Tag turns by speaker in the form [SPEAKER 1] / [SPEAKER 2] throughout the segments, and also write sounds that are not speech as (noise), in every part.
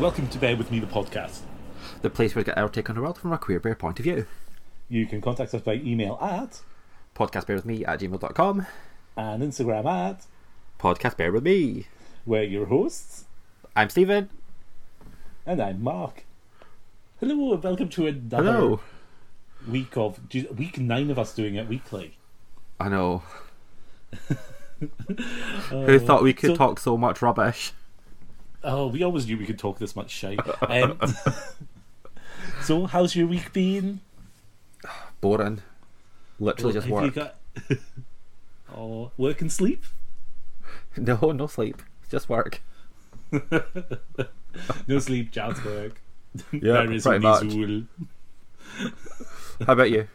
[SPEAKER 1] welcome to Bear With Me, the podcast.
[SPEAKER 2] The place where we get our take on the world from a queer bear point of view.
[SPEAKER 1] You can contact us by email at
[SPEAKER 2] Podcast bear with me at gmail.com.
[SPEAKER 1] and Instagram at
[SPEAKER 2] Podcast bear with me.
[SPEAKER 1] where your hosts,
[SPEAKER 2] I'm Stephen.
[SPEAKER 1] and I'm Mark. Hello, and welcome to another
[SPEAKER 2] Hello.
[SPEAKER 1] week of geez, week nine of us doing it weekly.
[SPEAKER 2] I know. Who thought we could
[SPEAKER 1] Oh, so-
[SPEAKER 2] talk so much rubbish?
[SPEAKER 1] Oh, we always knew we could talk this much shit.
[SPEAKER 2] (laughs)
[SPEAKER 1] Um, so, how's your week been?
[SPEAKER 2] Boring. Literally just
[SPEAKER 1] Have you
[SPEAKER 2] work.
[SPEAKER 1] got- (laughs) oh, work and sleep?
[SPEAKER 2] No, no sleep. It's
[SPEAKER 1] (laughs)
[SPEAKER 2] Just work.
[SPEAKER 1] No sleep, child's work.
[SPEAKER 2] Yeah,
[SPEAKER 1] There is
[SPEAKER 2] pretty much.
[SPEAKER 1] Missoula.
[SPEAKER 2] How
[SPEAKER 1] (laughs)
[SPEAKER 2] about you?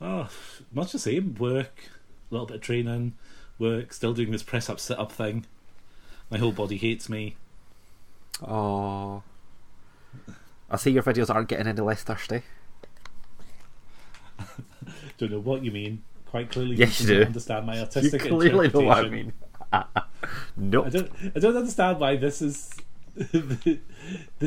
[SPEAKER 1] Oh, much the same. Work, a little bit of training, work, still doing this press up sit up thing. My whole body hates me.
[SPEAKER 2] Oh. I see your videos aren't getting any less thirsty.
[SPEAKER 1] Don't know what you mean. Quite clearly,
[SPEAKER 2] Yes, you
[SPEAKER 1] don't
[SPEAKER 2] do.
[SPEAKER 1] understand my
[SPEAKER 2] You
[SPEAKER 1] artistic
[SPEAKER 2] clearly know what I
[SPEAKER 1] interpretation.
[SPEAKER 2] mean. (laughs)
[SPEAKER 1] I
[SPEAKER 2] nope.
[SPEAKER 1] don't. I don't understand why this is. (laughs) this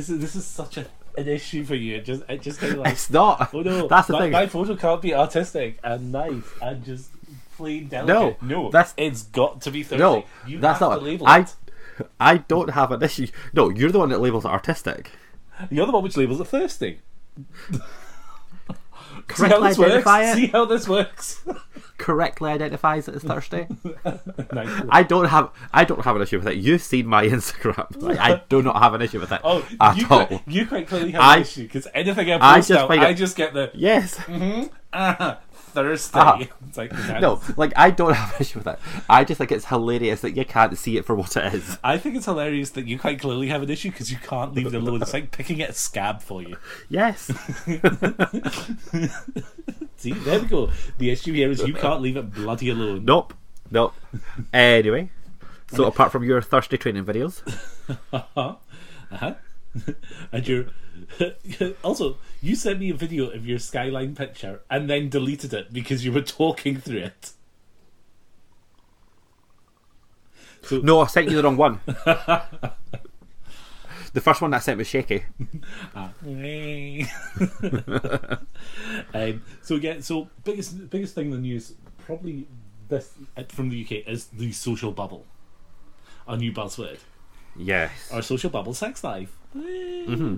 [SPEAKER 1] is this is such a, an issue for you. It just it just kind of
[SPEAKER 2] (laughs)
[SPEAKER 1] like.
[SPEAKER 2] It's not.
[SPEAKER 1] Oh no!
[SPEAKER 2] That's the
[SPEAKER 1] my,
[SPEAKER 2] thing.
[SPEAKER 1] My photo can't be artistic and nice and just plain
[SPEAKER 2] No,
[SPEAKER 1] delicate. no,
[SPEAKER 2] that's-
[SPEAKER 1] it's got to be thirsty.
[SPEAKER 2] No,
[SPEAKER 1] you
[SPEAKER 2] that's
[SPEAKER 1] have
[SPEAKER 2] not.
[SPEAKER 1] to label
[SPEAKER 2] I,
[SPEAKER 1] it.
[SPEAKER 2] I don't have an issue. No, you're the one that labels
[SPEAKER 1] (laughs)
[SPEAKER 2] it artistic.
[SPEAKER 1] You're the one which labels it thirsty. See how
[SPEAKER 2] Correctly
[SPEAKER 1] this works.
[SPEAKER 2] identify it.
[SPEAKER 1] See how this works. (laughs)
[SPEAKER 2] Correctly identifies it as thirsty. (laughs)
[SPEAKER 1] nice.
[SPEAKER 2] I don't have. I don't have an issue with it. You've seen my
[SPEAKER 1] (laughs)
[SPEAKER 2] (laughs) Instagram. Like, I do not have an issue with it
[SPEAKER 1] Oh,
[SPEAKER 2] at
[SPEAKER 1] you,
[SPEAKER 2] all.
[SPEAKER 1] quite, you quite clearly have
[SPEAKER 2] I-
[SPEAKER 1] an issue because anything I post
[SPEAKER 2] I just
[SPEAKER 1] out,
[SPEAKER 2] find it-
[SPEAKER 1] I just get the (laughs)
[SPEAKER 2] Yes. (laughs)
[SPEAKER 1] ah, thirsty.
[SPEAKER 2] Ah.
[SPEAKER 1] (laughs) It's like that's-
[SPEAKER 2] No. Like I don't have an issue with it. I just think it's hilarious that you can't see it for what
[SPEAKER 1] (laughs)
[SPEAKER 2] it is.
[SPEAKER 1] I think it's hilarious that you quite clearly have an issue because you can't leave it alone. It's like picking at a scab for you. (laughs)
[SPEAKER 2] Yes.
[SPEAKER 1] See, there we go. The issue here is you can't leave it bloody alone.
[SPEAKER 2] nope. Nope. Anyway. So apart from your thirsty training videos,
[SPEAKER 1] Uh-huh. (laughs) Uh-huh. (laughs) and you're (laughs) also you sent me a video of your skyline picture and then deleted it because you were talking through it.
[SPEAKER 2] no, I sent you the wrong (laughs) one. the first one that I sent was shaky.
[SPEAKER 1] (laughs) um, so yeah, so biggest biggest thing in the news probably this uh, from the UK is the social bubble, our new buzzword,
[SPEAKER 2] Yes.
[SPEAKER 1] our social bubble sex life. Mm-hmm.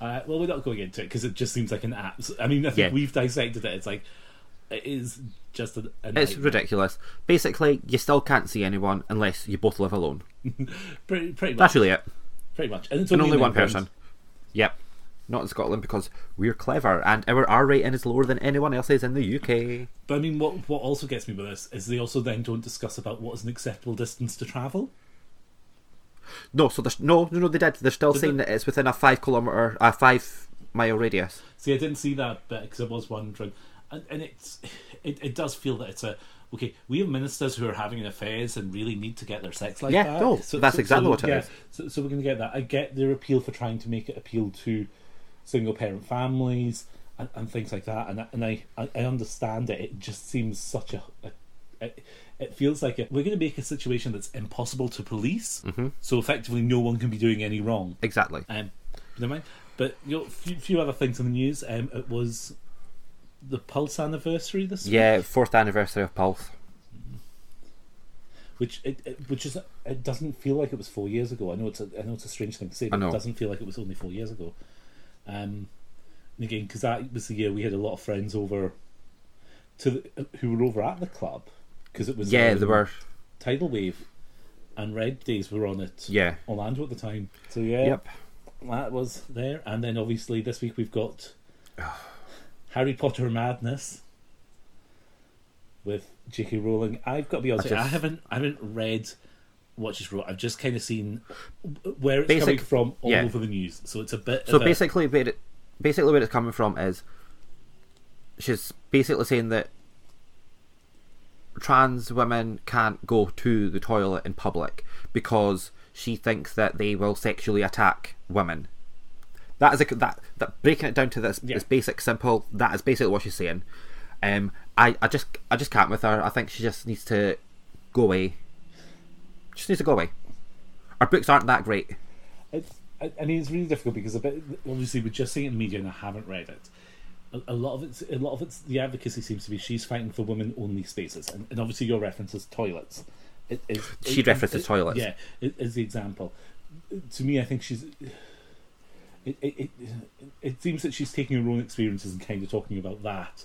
[SPEAKER 1] Uh, well, we're not going into it because it just seems like an app. I mean, I think
[SPEAKER 2] Yeah.
[SPEAKER 1] we've dissected it. It's like it is just an.
[SPEAKER 2] It's ridiculous. Basically, you still can't see anyone unless you both live alone.
[SPEAKER 1] Pretty, pretty much.
[SPEAKER 2] That's really it.
[SPEAKER 1] pretty much. And it's
[SPEAKER 2] And
[SPEAKER 1] only,
[SPEAKER 2] only
[SPEAKER 1] in
[SPEAKER 2] one
[SPEAKER 1] England.
[SPEAKER 2] person. Yep. Not in Scotland because we're clever and our R rating is lower than anyone else's in the UK.
[SPEAKER 1] But I mean, what what also gets me with this is they also then don't discuss about what is an acceptable distance to travel.
[SPEAKER 2] No, so there's no, no, no. They did. They're still saying that it's within a five kilometer, a five mile radius.
[SPEAKER 1] See, I didn't see that bit because I was wondering, and, and it's it, it does feel that it's a okay. We have ministers who are having affairs and really need to get their sex life
[SPEAKER 2] Yeah,
[SPEAKER 1] back.
[SPEAKER 2] no, that's exactly what it
[SPEAKER 1] it is.
[SPEAKER 2] is.
[SPEAKER 1] So, so we're going to get that. I get their appeal for trying to make it appeal to single parent families and, and things like that, and I- and I, I I understand it. It just seems such a. a it, it feels like a, we're going to make a situation that's impossible to police,
[SPEAKER 2] Mm-hmm.
[SPEAKER 1] so effectively no one can be doing any wrong.
[SPEAKER 2] Exactly.
[SPEAKER 1] Um, never mind. But you know, few, few other things in the news. Um, it was the Pulse anniversary this week,
[SPEAKER 2] Yeah, fourth anniversary of Pulse.
[SPEAKER 1] which it, it- which is it doesn't feel like it was four years ago. I know it's a, I know it's a strange thing to say, but
[SPEAKER 2] know.
[SPEAKER 1] it doesn't feel like it was only four years ago. Um, and again, because that was the year we had a lot of friends over to the, who were over at the club because it was
[SPEAKER 2] Yeah,
[SPEAKER 1] um,
[SPEAKER 2] they were.
[SPEAKER 1] tidal wave and red days were on it.
[SPEAKER 2] Yeah.
[SPEAKER 1] Orlando at the time. So yeah,
[SPEAKER 2] Yep.
[SPEAKER 1] that was there. And then obviously this week we've got Harry Potter Madness with J.K. Rowling. I've got to be honest,
[SPEAKER 2] I
[SPEAKER 1] with you, I
[SPEAKER 2] just-
[SPEAKER 1] haven't I haven't read what she's wrote. I've just kind of seen where it's
[SPEAKER 2] Basic-
[SPEAKER 1] coming from all
[SPEAKER 2] yeah.
[SPEAKER 1] over the news. So it's a bit.
[SPEAKER 2] So
[SPEAKER 1] of a-
[SPEAKER 2] basically, where it, basically where it's coming from is she's basically saying that trans women can't go to the toilet in public because she thinks that they will sexually attack women. That is a, that that breaking it down to this
[SPEAKER 1] Yeah.
[SPEAKER 2] this basic simple. That is basically what she's saying. Um, I, I just I just can't with her. I think she just needs to go away. She just needs to go away. Her books aren't that great.
[SPEAKER 1] it's I, I mean, it's really difficult because a bit, obviously we're just seeing it in media, and I haven't read it. A, a lot of it's a lot of it's the advocacy seems to be she's fighting for women-only spaces, and, and obviously your reference is toilets. It, it's-
[SPEAKER 2] She references toilets.
[SPEAKER 1] Yeah, it, as the example. To me, I think she's. It, it, it, it seems that she's taking her own experiences and kind of talking about that,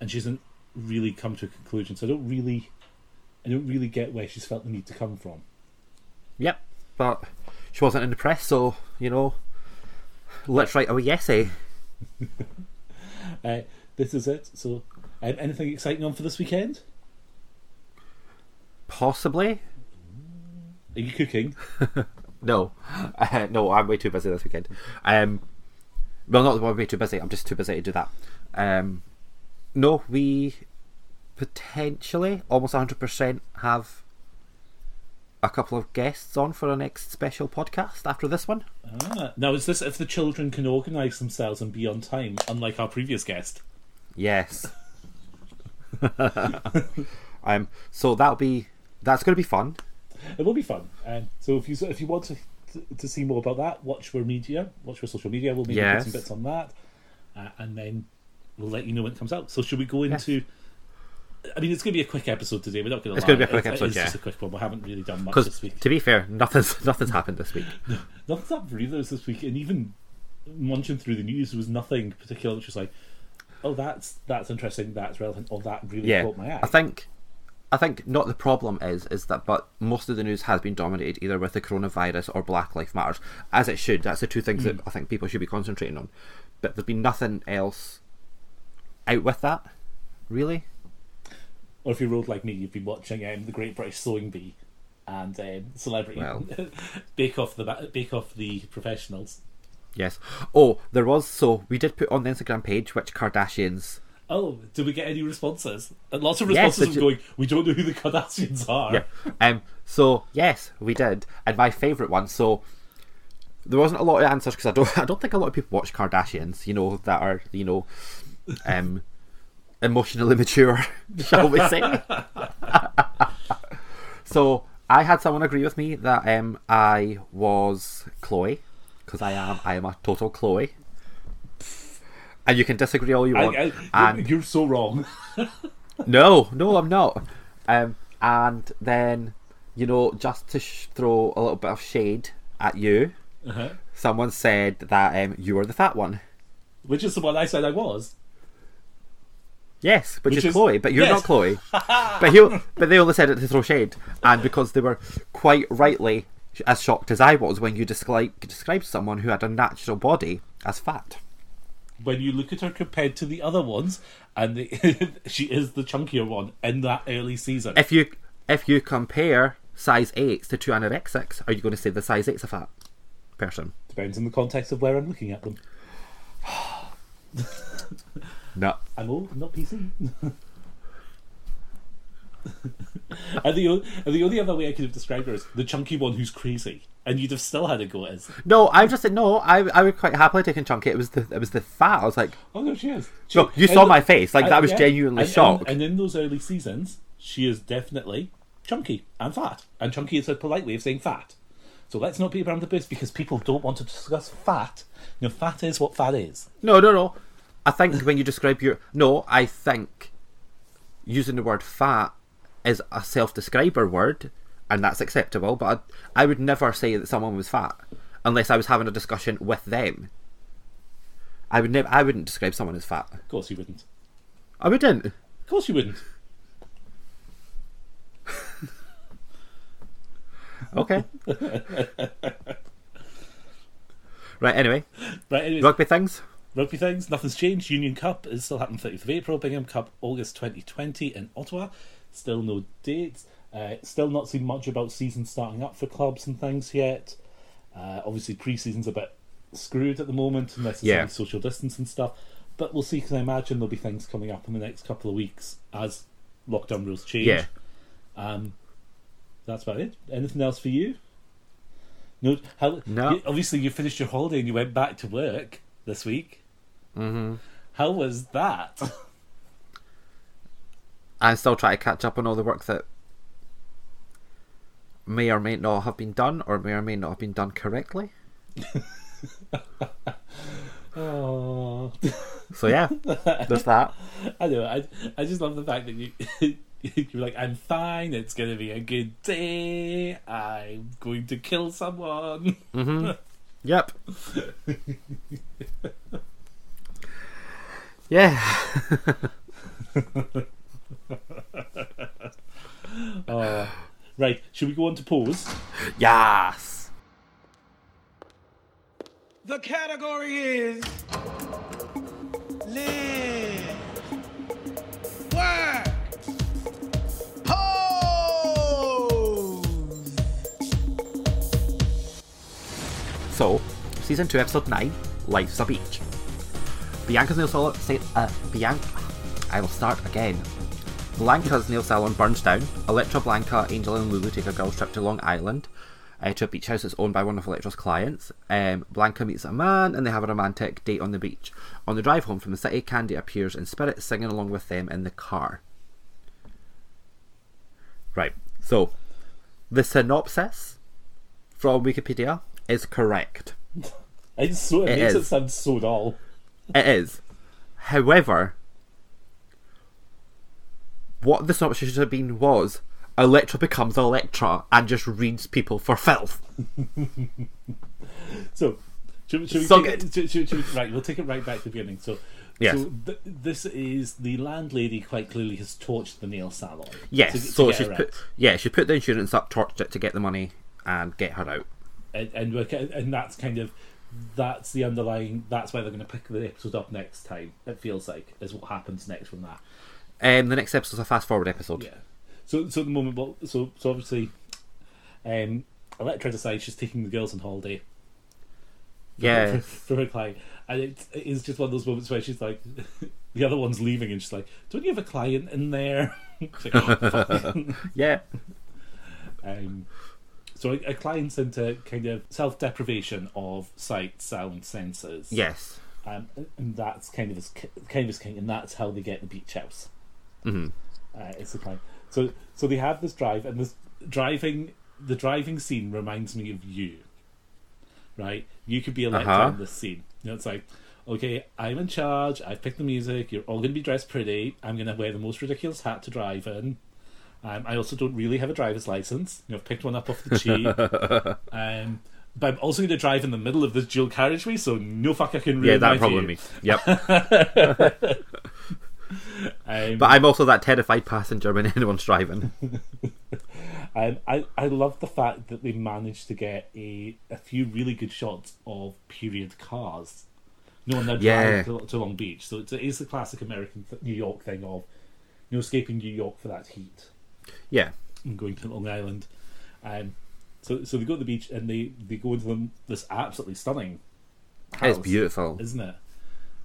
[SPEAKER 1] and she hasn't really come to a conclusion. So I don't really, I don't really get where she's felt the need to come from.
[SPEAKER 2] Yep, but she wasn't in the press, so you know, let's write a wee essay.
[SPEAKER 1] Uh, this is it. So, um, anything exciting on for this weekend?
[SPEAKER 2] Possibly.
[SPEAKER 1] Are you cooking?
[SPEAKER 2] No, (laughs) uh, no, I'm way too busy this weekend. Um, well, not that I'm way too busy. I'm just too busy to do that. Um, no, we potentially almost 100% have a couple of guests on for our next special podcast after this one.
[SPEAKER 1] Ah, now is this if the children can organise themselves and be on time, unlike our previous guest?
[SPEAKER 2] Yes. (laughs) um. So that'll be that's going to be fun.
[SPEAKER 1] It will be fun. Um, so if you if you want to to see more about that, watch our media, watch our social media. We'll maybe put
[SPEAKER 2] Yes.
[SPEAKER 1] some bits on that, uh, and then we'll let you know when it comes out. So should we go into? I mean, it's going to be a quick episode today. We're not going to.
[SPEAKER 2] It's gonna be a quick
[SPEAKER 1] It
[SPEAKER 2] episode,
[SPEAKER 1] is just
[SPEAKER 2] yeah.
[SPEAKER 1] a quick one. We haven't really done much
[SPEAKER 2] Because
[SPEAKER 1] this week.
[SPEAKER 2] to be fair, nothing's (laughs) nothing's happened this week.
[SPEAKER 1] Nothing's up for either of us this week, and even munching through the news, there was nothing particular which was like, oh, that's that's interesting, that's relevant, or that really
[SPEAKER 2] Yeah,
[SPEAKER 1] caught my eye.
[SPEAKER 2] I think, I think not the problem is is that, but most of the news has been dominated either with the coronavirus or Black Life Matters, as it should. That's the two things
[SPEAKER 1] Hmm.
[SPEAKER 2] that I think people should be concentrating on. But there's been nothing else out with that, really.
[SPEAKER 1] or if you're old like me, you've been watching um, the Great British Sewing Bee and um, Celebrity
[SPEAKER 2] Well.
[SPEAKER 1] (laughs) Bake Off the ba- Bake Off the Professionals.
[SPEAKER 2] Yes. Oh, there was so we did put on the Instagram page which Kardashians.
[SPEAKER 1] Oh, did we get any responses? And lots of
[SPEAKER 2] Yes,
[SPEAKER 1] responses
[SPEAKER 2] did
[SPEAKER 1] were
[SPEAKER 2] you-
[SPEAKER 1] going. We don't know who the Kardashians are.
[SPEAKER 2] Yeah. Um. So yes, we did, and my favourite one. So there wasn't a lot of answers because I don't. (laughs) I don't think a lot of people watch Kardashians. You know that are you know, um, emotionally (laughs) mature, shall we say? (laughs) so I had someone agree with me that um I was Chloe because I am I am a total Chloe. And you can disagree all you want.
[SPEAKER 1] I, I,
[SPEAKER 2] and
[SPEAKER 1] you're so
[SPEAKER 2] (laughs)
[SPEAKER 1] wrong.
[SPEAKER 2] no, no, I'm not. Um, and then, you know, just to sh- throw a little bit of shade at you,
[SPEAKER 1] Uh-huh.
[SPEAKER 2] someone said that um, you were the fat one.
[SPEAKER 1] Which is the one I said I was.
[SPEAKER 2] Yes, which,
[SPEAKER 1] Which
[SPEAKER 2] is,
[SPEAKER 1] is-
[SPEAKER 2] Chloe, but you're
[SPEAKER 1] yes.
[SPEAKER 2] not (laughs) Chloe. but he, but they only said it to throw shade, and because they were quite rightly sh- as shocked as I was when you describe, described someone who had a natural body as fat.
[SPEAKER 1] When you look at her compared to the other ones, and the, (laughs) she is the chunkier one in that early season.
[SPEAKER 2] If you if you compare size eights to two anorexics, are you going to say the size eight's a fat person?
[SPEAKER 1] Depends on the context of where I'm looking at them.
[SPEAKER 2] No.
[SPEAKER 1] I'm old, I'm not PC. (laughs) and, the, o- and the only other way I could have described her is the chunky one who's crazy. And you'd have still had a go at us.
[SPEAKER 2] No, I just said no. I I would quite happily take a chunky. It was the it was the fat. I was like,
[SPEAKER 1] Oh, no, she is. She-
[SPEAKER 2] no, you
[SPEAKER 1] and
[SPEAKER 2] saw
[SPEAKER 1] the-
[SPEAKER 2] my face. Like
[SPEAKER 1] and-
[SPEAKER 2] that was
[SPEAKER 1] yeah,
[SPEAKER 2] genuinely
[SPEAKER 1] and-
[SPEAKER 2] shocked.
[SPEAKER 1] And, and in those early seasons, she is definitely chunky and fat. And chunky is a polite way of saying fat. So let's not beat around the bush because people don't want to discuss fat. You know, fat is what fat is.
[SPEAKER 2] no, no, no. I think when you describe your no, I think using the word fat is a self-describer word, and that's acceptable. But I, I would never say that someone was fat unless I was having a discussion with them. I would never. I wouldn't describe someone as fat.
[SPEAKER 1] Of course you wouldn't.
[SPEAKER 2] I wouldn't.
[SPEAKER 1] Of course you wouldn't. (laughs)
[SPEAKER 2] Okay. right. Anyway,
[SPEAKER 1] Right, anyways,
[SPEAKER 2] rugby things.
[SPEAKER 1] Rugby things, nothing's changed. Union Cup is still happening 30th of April. Bingham Cup, August 2020 in Ottawa. Still no dates. Uh, still not seen much about season starting up for clubs and things yet. Uh, obviously, pre-season's a bit screwed at the moment unless it's
[SPEAKER 2] Yeah.
[SPEAKER 1] yeah. social distance and stuff. But we'll see because I imagine there'll be things coming up in the next couple of weeks as lockdown rules change.
[SPEAKER 2] Yeah.
[SPEAKER 1] Um, that's about it. Anything else for you? No. How?
[SPEAKER 2] No.
[SPEAKER 1] you- obviously, you finished your holiday and you went back to work this week. How was that?
[SPEAKER 2] I'm still trying to catch up on all the work that may or may not have been done, or may or may not have been done correctly.
[SPEAKER 1] Oh,
[SPEAKER 2] So yeah, there's that.
[SPEAKER 1] (laughs) I know. I I just love the fact that you (laughs) you're like, I'm fine. It's gonna be a good day. I'm going to kill someone. (laughs)
[SPEAKER 2] Mm-hmm. Yep. yeah.
[SPEAKER 1] Oh. Right, should we go on to pause?
[SPEAKER 2] Yes.
[SPEAKER 3] The category is live, work, pose.
[SPEAKER 2] So, season two, episode nine, Life's a Beach. Bianca's nail salon. Say, uh, Bianca. I will start again. Blanca's nail salon burns down. Electra, Blanca, Angel, and Lulu take a girls trip to Long Island uh, to a beach house that's owned by one of Electra's clients. Um, Blanca meets a man, and they have a romantic date on the beach. On the drive home from the city, Candy appears in spirit, singing along with them in the car. Right. So, the synopsis from Wikipedia is correct.
[SPEAKER 1] It's so, it,
[SPEAKER 2] It
[SPEAKER 1] makes it
[SPEAKER 2] is.
[SPEAKER 1] sound so dull.
[SPEAKER 2] It is. However, what the synopsis should have been was Electra becomes Electra and just reads people for filth.
[SPEAKER 1] So, should, we- should we
[SPEAKER 2] So
[SPEAKER 1] take,
[SPEAKER 2] good.
[SPEAKER 1] Should, should, should we, right, we'll take it right back to the beginning. So,
[SPEAKER 2] Yes.
[SPEAKER 1] so th- this is the landlady quite clearly has torched the nail salon.
[SPEAKER 2] Yes,
[SPEAKER 1] to, to
[SPEAKER 2] so
[SPEAKER 1] get
[SPEAKER 2] she's
[SPEAKER 1] her
[SPEAKER 2] put
[SPEAKER 1] out.
[SPEAKER 2] yeah she put the insurance up, torched it to get the money and get her out.
[SPEAKER 1] and and, we're, ki- and that's kind of that's the underlying. That's why they're going to pick the episode up next time. It feels like is what happens next from that.
[SPEAKER 2] Um, the next episode's a fast forward episode.
[SPEAKER 1] Yeah. So so at the moment, well, so so obviously, um, Electra decides she's taking the girls on holiday. (laughs)
[SPEAKER 2] Yeah.
[SPEAKER 1] for, for her client. And it, it is just one of those moments where she's like, (laughs) the other one's leaving, and she's like, "Don't you have a client in there?" (laughs) It's like, "Oh, fuck."
[SPEAKER 2] yeah.
[SPEAKER 1] um, so a, a client's into kind of self-deprivation of sight, sound, senses.
[SPEAKER 2] Yes.
[SPEAKER 1] um, and that's kind of his ki- kind of his king, and that's how they get the beach house. Mm-hmm. Uh, it's the client. So so they have this drive, and this driving the driving scene reminds me of you. Right, you could be Electra
[SPEAKER 2] Uh-huh.
[SPEAKER 1] in this scene. You know, it's like, okay, I'm in charge. I've picked the music. You're all going to be dressed pretty. I'm going to wear the most ridiculous hat to drive in. Um, I also don't really have a driver's license. You know, I've picked one up off
[SPEAKER 2] (laughs)
[SPEAKER 1] the cheap. Um, but I'm also going to drive in the middle of this dual carriageway, so no fuck I can ruin
[SPEAKER 2] Yeah,
[SPEAKER 1] my
[SPEAKER 2] that problem
[SPEAKER 1] view.
[SPEAKER 2] me. Yep.
[SPEAKER 1] Um,
[SPEAKER 2] but I'm also that terrified passenger when (laughs) anyone's driving.
[SPEAKER 1] um, I I love the fact that they managed to get a a few really good shots of period cars. No, and they're
[SPEAKER 2] Yeah.
[SPEAKER 1] driving to, to Long Beach, so it's, it is the classic American th- New York thing of you know escaping New York for that heat
[SPEAKER 2] Yeah.
[SPEAKER 1] and going to Long Island. Um, so so they go to the beach and they they go into them this absolutely stunning
[SPEAKER 2] It's
[SPEAKER 1] house.
[SPEAKER 2] beautiful.
[SPEAKER 1] isn't it?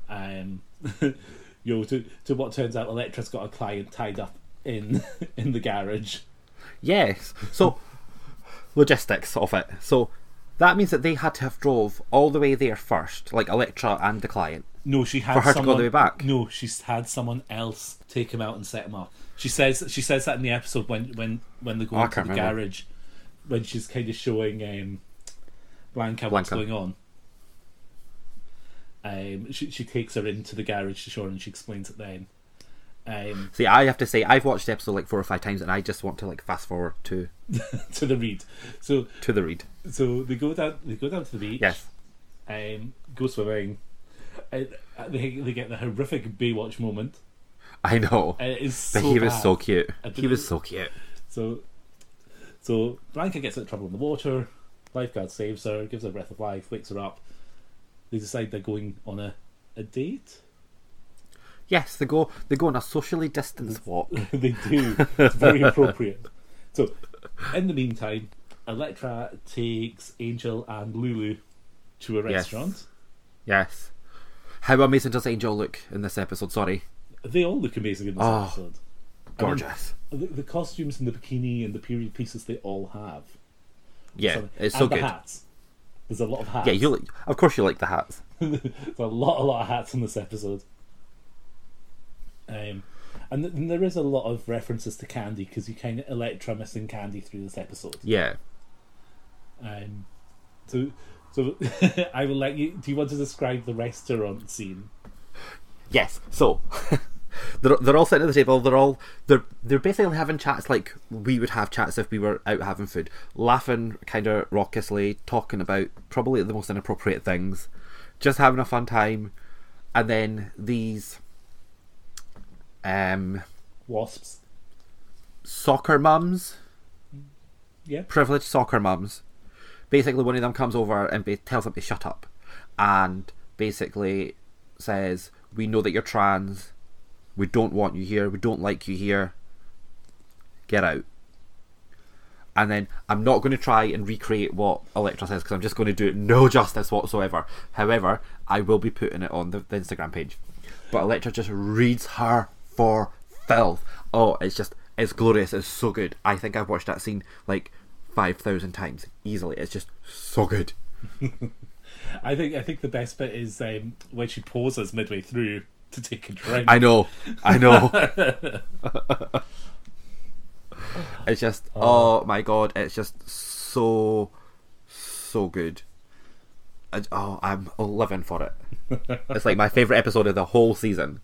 [SPEAKER 1] Um, (laughs) you know, to, to what turns out, Electra's got a client tied up in (laughs) in the garage.
[SPEAKER 2] Yes. So logistics of it. So that means that they had to have drove all the way there first, like Electra and the client.
[SPEAKER 1] No, she had
[SPEAKER 2] For her to go all
[SPEAKER 1] someone,
[SPEAKER 2] the way back?
[SPEAKER 1] No, she's had someone else take him out and set him up. She says she says that in the episode when when when they go
[SPEAKER 2] Oh, I
[SPEAKER 1] into
[SPEAKER 2] can't
[SPEAKER 1] the
[SPEAKER 2] remember.
[SPEAKER 1] garage, when she's kind of showing um, Blanca, what's
[SPEAKER 2] Blanca.
[SPEAKER 1] going on. Um, she she takes her into the garage to show her, and she explains it then. Um, (laughs)
[SPEAKER 2] See, I have to say I've watched the episode like four or five times, and I just want to like fast forward to
[SPEAKER 1] to the read, so
[SPEAKER 2] to the read.
[SPEAKER 1] so they go down they go down to the beach.
[SPEAKER 2] Yes.
[SPEAKER 1] um, go swimming. And they, they get the horrific Baywatch moment.
[SPEAKER 2] I know.
[SPEAKER 1] And it is so
[SPEAKER 2] But he was
[SPEAKER 1] bad.
[SPEAKER 2] so cute.
[SPEAKER 1] I
[SPEAKER 2] He was
[SPEAKER 1] didn't-
[SPEAKER 2] so cute.
[SPEAKER 1] So, so Blanca gets into trouble in the water. Lifeguard saves her, gives her a breath of life, wakes her up. They decide they're going on a, a date. (laughs)
[SPEAKER 2] Yes, they go they go on a socially distanced walk.
[SPEAKER 1] they do. It's very appropriate. So, in the meantime, Electra takes Angel and Lulu to a
[SPEAKER 2] Yes.
[SPEAKER 1] restaurant.
[SPEAKER 2] Yes. How amazing does Angel look in this episode? Sorry.
[SPEAKER 1] They all look amazing in this
[SPEAKER 2] Oh.
[SPEAKER 1] episode.
[SPEAKER 2] Gorgeous.
[SPEAKER 1] The, the costumes and the bikini and the period pieces they all have.
[SPEAKER 2] Yeah,
[SPEAKER 1] Something.
[SPEAKER 2] it's
[SPEAKER 1] and
[SPEAKER 2] so
[SPEAKER 1] the
[SPEAKER 2] good.
[SPEAKER 1] Hats. There's a lot of hats.
[SPEAKER 2] Yeah, you like, of course you like the hats.
[SPEAKER 1] There's a lot, a lot of hats in this episode. Um, and, th- and there is a lot of references to Candy because you kind of Electra missing Candy through this episode.
[SPEAKER 2] Yeah.
[SPEAKER 1] Um, so So (laughs) I will let you. Do you want to describe the restaurant scene?
[SPEAKER 2] Yes. So (laughs) they're, they're all sitting at the table. They're all they're they're basically having chats like we would have chats if we were out having food, laughing kind of raucously, talking about probably the most inappropriate things, just having a fun time, and then these um
[SPEAKER 1] Wasps.
[SPEAKER 2] soccer mums,
[SPEAKER 1] Yeah.
[SPEAKER 2] privileged soccer mums. Basically, one of them comes over and ba- tells them to shut up, and basically says, "We know that you're trans. We don't want you here. We don't like you here. Get out." And then I'm not going to try and recreate what Electra says because I'm just going to do it no justice whatsoever. However, I will be putting it on the, the Instagram page. But Electra just reads her for filth. Oh, it's just it's glorious. It's so good. I think I've watched that scene like five thousand times easily. It's just so good.
[SPEAKER 1] I think I think the best bit is um, when she pauses midway through to take a drink.
[SPEAKER 2] I know.
[SPEAKER 1] (laughs)
[SPEAKER 2] I know. it's just oh my god, it's just so so good. I, oh, I'm living for it. it's like my favorite episode of the whole season.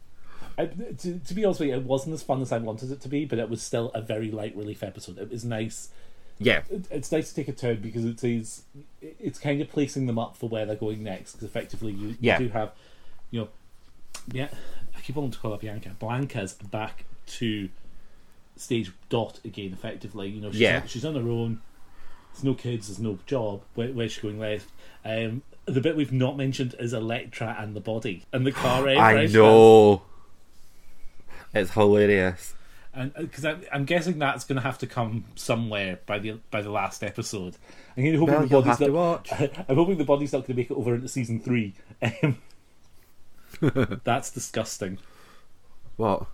[SPEAKER 1] I- to, to be honest with you, it wasn't as fun as I wanted it to be, but it was still a very light relief episode. It was nice.
[SPEAKER 2] Yeah.
[SPEAKER 1] It- It's nice to take a turn because it is it's kind of placing them up for where they're going next. Because effectively, you, you
[SPEAKER 2] Yeah.
[SPEAKER 1] do have, you know, yeah. I keep wanting to call her Bianca. Blanca's back to stage dot again. Effectively, you know, she's,
[SPEAKER 2] Yeah.
[SPEAKER 1] she's on her own. There's no kids. There's no job. Where, where's she going left? Um, the bit we've not mentioned is Electra and the body and the car. eh, air
[SPEAKER 2] I
[SPEAKER 1] fresheners.
[SPEAKER 2] know. It's hilarious.
[SPEAKER 1] and because I'm, I'm guessing that's going to have to come somewhere by the by the last episode. I'm hoping
[SPEAKER 2] Well,
[SPEAKER 1] the
[SPEAKER 2] you'll
[SPEAKER 1] body's
[SPEAKER 2] have
[SPEAKER 1] not-
[SPEAKER 2] to watch.
[SPEAKER 1] (laughs) I'm hoping the body's not going to make it over into season three.
[SPEAKER 2] (laughs)
[SPEAKER 1] Um, that's disgusting.
[SPEAKER 2] What?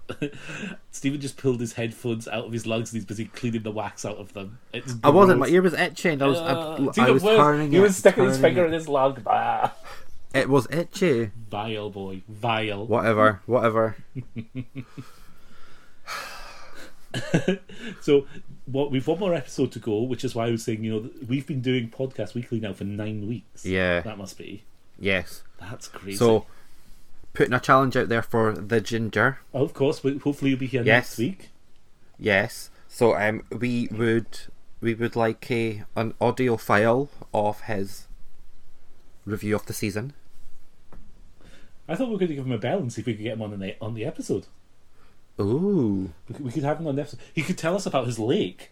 [SPEAKER 1] Stephen just pulled his headphones out of his lugs and he's busy cleaning the wax out of them. It's
[SPEAKER 2] I wasn't. My
[SPEAKER 1] gross.
[SPEAKER 2] ear was itching. I was.
[SPEAKER 1] Uh,
[SPEAKER 2] I, I
[SPEAKER 1] Stephen
[SPEAKER 2] was turning
[SPEAKER 1] He
[SPEAKER 2] it,
[SPEAKER 1] was sticking his
[SPEAKER 2] turning
[SPEAKER 1] finger in
[SPEAKER 2] It.
[SPEAKER 1] his lug. Bah.
[SPEAKER 2] it was itchy.
[SPEAKER 1] Vile boy, vile.
[SPEAKER 2] Whatever. Whatever.
[SPEAKER 1] So, what we've one more episode to go, which is why I was saying, you know, th- we've been doing podcast weekly now for nine weeks.
[SPEAKER 2] Yeah.
[SPEAKER 1] that must be.
[SPEAKER 2] Yes.
[SPEAKER 1] That's crazy.
[SPEAKER 2] So, putting a challenge out there for the ginger.
[SPEAKER 1] Oh, of course. We, hopefully, you'll be here
[SPEAKER 2] Yes.
[SPEAKER 1] next week.
[SPEAKER 2] Yes. So, um, we would we would like a an audio file of his review of the season.
[SPEAKER 1] I thought we were going to give him a bell and see if we could get him on the on the episode.
[SPEAKER 2] Ooh,
[SPEAKER 1] We could, we could have him on the episode. He could tell us about his lake.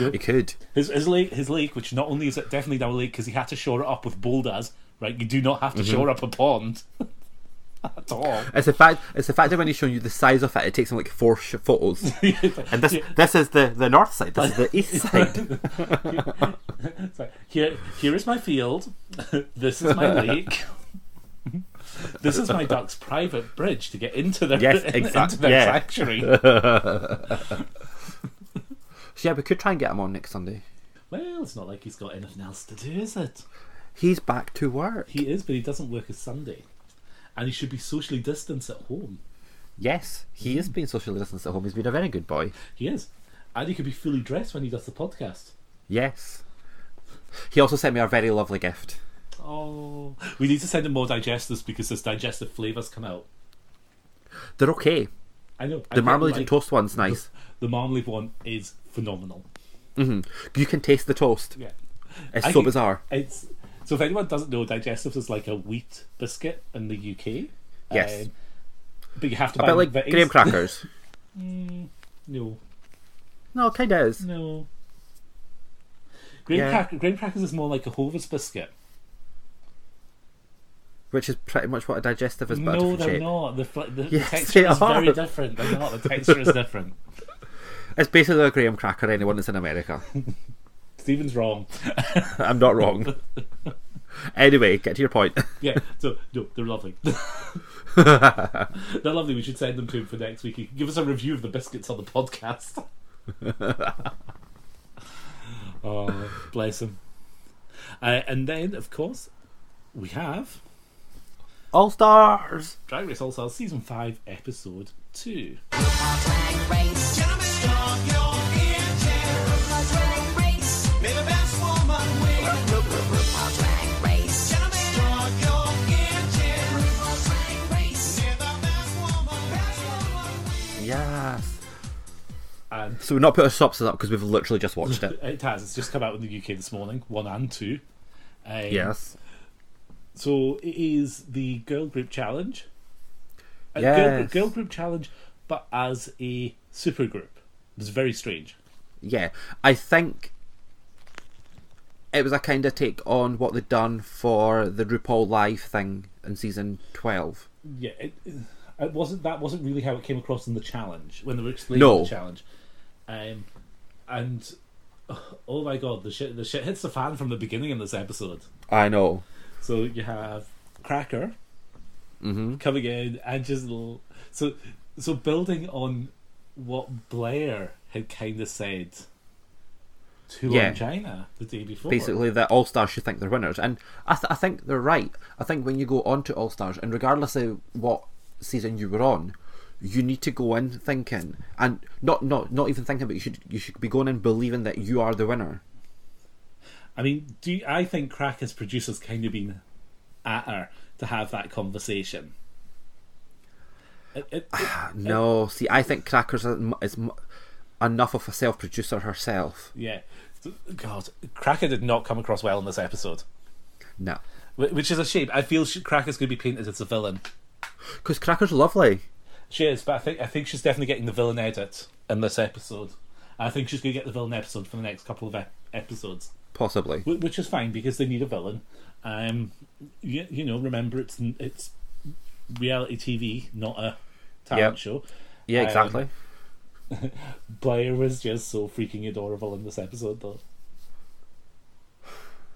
[SPEAKER 2] you could.
[SPEAKER 1] His, his lake, his lake, which not only is it definitely now a lake because he had to shore it up with boulders. Right, you do not have to
[SPEAKER 2] Mm-hmm.
[SPEAKER 1] shore up a pond (laughs) at all. (laughs)
[SPEAKER 2] It's the fact. It's the fact that when he's showing you the size of it, it takes him like four sh- (laughs) photos. and this this is the the north side. This is the (laughs) east side.
[SPEAKER 1] It's like, here, here is my field. (laughs) this is my lake. (laughs) this is my duck's private bridge to get into their
[SPEAKER 2] Yes,
[SPEAKER 1] (laughs) into
[SPEAKER 2] exact-
[SPEAKER 1] their
[SPEAKER 2] yeah.
[SPEAKER 1] sanctuary.
[SPEAKER 2] So yeah, we could try and get him on next Sunday.
[SPEAKER 1] (laughs) well, it's not like he's got anything else to do, is it?
[SPEAKER 2] He's back to work.
[SPEAKER 1] He is, but he doesn't work a Sunday. And he should be socially distanced at home.
[SPEAKER 2] Yes, he is being socially distanced at home. He's been a very good boy.
[SPEAKER 1] He is. And he could be fully dressed when he does the podcast.
[SPEAKER 2] Yes. He also sent me a very lovely gift.
[SPEAKER 1] Oh. We need to send him more digestives because his digestive flavours come out.
[SPEAKER 2] They're okay.
[SPEAKER 1] I know. I
[SPEAKER 2] The
[SPEAKER 1] quite
[SPEAKER 2] marmalade
[SPEAKER 1] like-
[SPEAKER 2] and toast one's nice.
[SPEAKER 1] The marmalade one is phenomenal.
[SPEAKER 2] You can taste the toast.
[SPEAKER 1] Yeah.
[SPEAKER 2] It's
[SPEAKER 1] I
[SPEAKER 2] so
[SPEAKER 1] think
[SPEAKER 2] bizarre.
[SPEAKER 1] It's so if anyone doesn't know, digestives is like a wheat biscuit in the UK.
[SPEAKER 2] Yes.
[SPEAKER 1] Um, but you have to
[SPEAKER 2] A
[SPEAKER 1] buy
[SPEAKER 2] bit like
[SPEAKER 1] them
[SPEAKER 2] graham
[SPEAKER 1] vitties. (laughs)
[SPEAKER 2] crackers.
[SPEAKER 1] No,
[SPEAKER 2] no, it kind of is.
[SPEAKER 1] no. Graham,
[SPEAKER 2] Yeah.
[SPEAKER 1] crack- graham crackers is more like a Hovis biscuit.
[SPEAKER 2] Which is pretty much what a digestive is, but a
[SPEAKER 1] No,
[SPEAKER 2] different
[SPEAKER 1] they're
[SPEAKER 2] shape.
[SPEAKER 1] not. The, fl- the, the
[SPEAKER 2] Yes,
[SPEAKER 1] texture
[SPEAKER 2] they
[SPEAKER 1] is very
[SPEAKER 2] are.
[SPEAKER 1] different. They're not. The texture
[SPEAKER 2] (laughs)
[SPEAKER 1] is different.
[SPEAKER 2] It's basically a graham cracker, anyone that's in America. (laughs)
[SPEAKER 1] Stephen's wrong.
[SPEAKER 2] I'm not wrong. anyway, get to
[SPEAKER 1] (laughs)
[SPEAKER 2] your point.
[SPEAKER 1] (laughs) Yeah. So no, they're lovely. (laughs) they're lovely. We should send them to him for next week. He can give us a review of the biscuits on the (laughs) podcast. oh, bless him. Uh, and then, of course, we have
[SPEAKER 2] All stars!
[SPEAKER 1] Drag Race All Stars season five, episode two.
[SPEAKER 4] Drag race.
[SPEAKER 3] Stop your ear tear.
[SPEAKER 4] RuPaul's Drag Race.
[SPEAKER 3] May the best woman win.
[SPEAKER 4] RuPaul's Drag
[SPEAKER 2] Yes.
[SPEAKER 1] And
[SPEAKER 2] So we've not put a synopsis up because we've literally just
[SPEAKER 1] (laughs)
[SPEAKER 2] watched it.
[SPEAKER 1] it has. It's just come out in the UK this morning, one and two. Um,
[SPEAKER 2] yes.
[SPEAKER 1] So it is the girl group challenge. A girl,
[SPEAKER 2] Yes.
[SPEAKER 1] group, girl group challenge, but as a super group. It was very strange.
[SPEAKER 2] Yeah. I think it was a kind of take on what they'd done for the RuPaul Live thing in season 12.
[SPEAKER 1] Yeah, it, it wasn't. That wasn't really how it came across in the challenge when they were explaining
[SPEAKER 2] No.
[SPEAKER 1] the challenge. Um, and oh my god, the shit, the shit hits the fan from the beginning in this episode.
[SPEAKER 2] I know.
[SPEAKER 1] So you have Cracker
[SPEAKER 2] Mm-hmm.
[SPEAKER 1] coming in and just l- so so building on what Blair had kind of said to
[SPEAKER 2] Yeah.
[SPEAKER 1] on China the day before.
[SPEAKER 2] basically that all stars should think they're winners, and I, th- I think they're right. I think when you go on to all stars, and regardless of what season you were on, you need to go in thinking, and not not not even thinking, but you should you should be going in believing that you are the winner.
[SPEAKER 1] I mean, do you- I think Cracker's producers kind of been at her to have that conversation? It- it-
[SPEAKER 2] (sighs)
[SPEAKER 1] it-
[SPEAKER 2] No, see, I think Crackers is m- is m- enough of a self producer herself.
[SPEAKER 1] yeah, So- God, Cracker did not come across well in this episode,
[SPEAKER 2] No,
[SPEAKER 1] wh- which is a shame. I feel she, Cracker's going to be painted as a villain.
[SPEAKER 2] because Cracker's lovely.
[SPEAKER 1] She is, but I think I think she's definitely getting the villain edit in this episode. I think she's going to get the villain episode for the next couple of ep- episodes,
[SPEAKER 2] Possibly,
[SPEAKER 1] wh- which is fine because they need a villain. Um, you, you know, remember it's n- it's reality TV, not a talent
[SPEAKER 2] Yep.
[SPEAKER 1] show.
[SPEAKER 2] yeah,
[SPEAKER 1] Um,
[SPEAKER 2] exactly.
[SPEAKER 1] Blair was just so freaking adorable in this episode, though.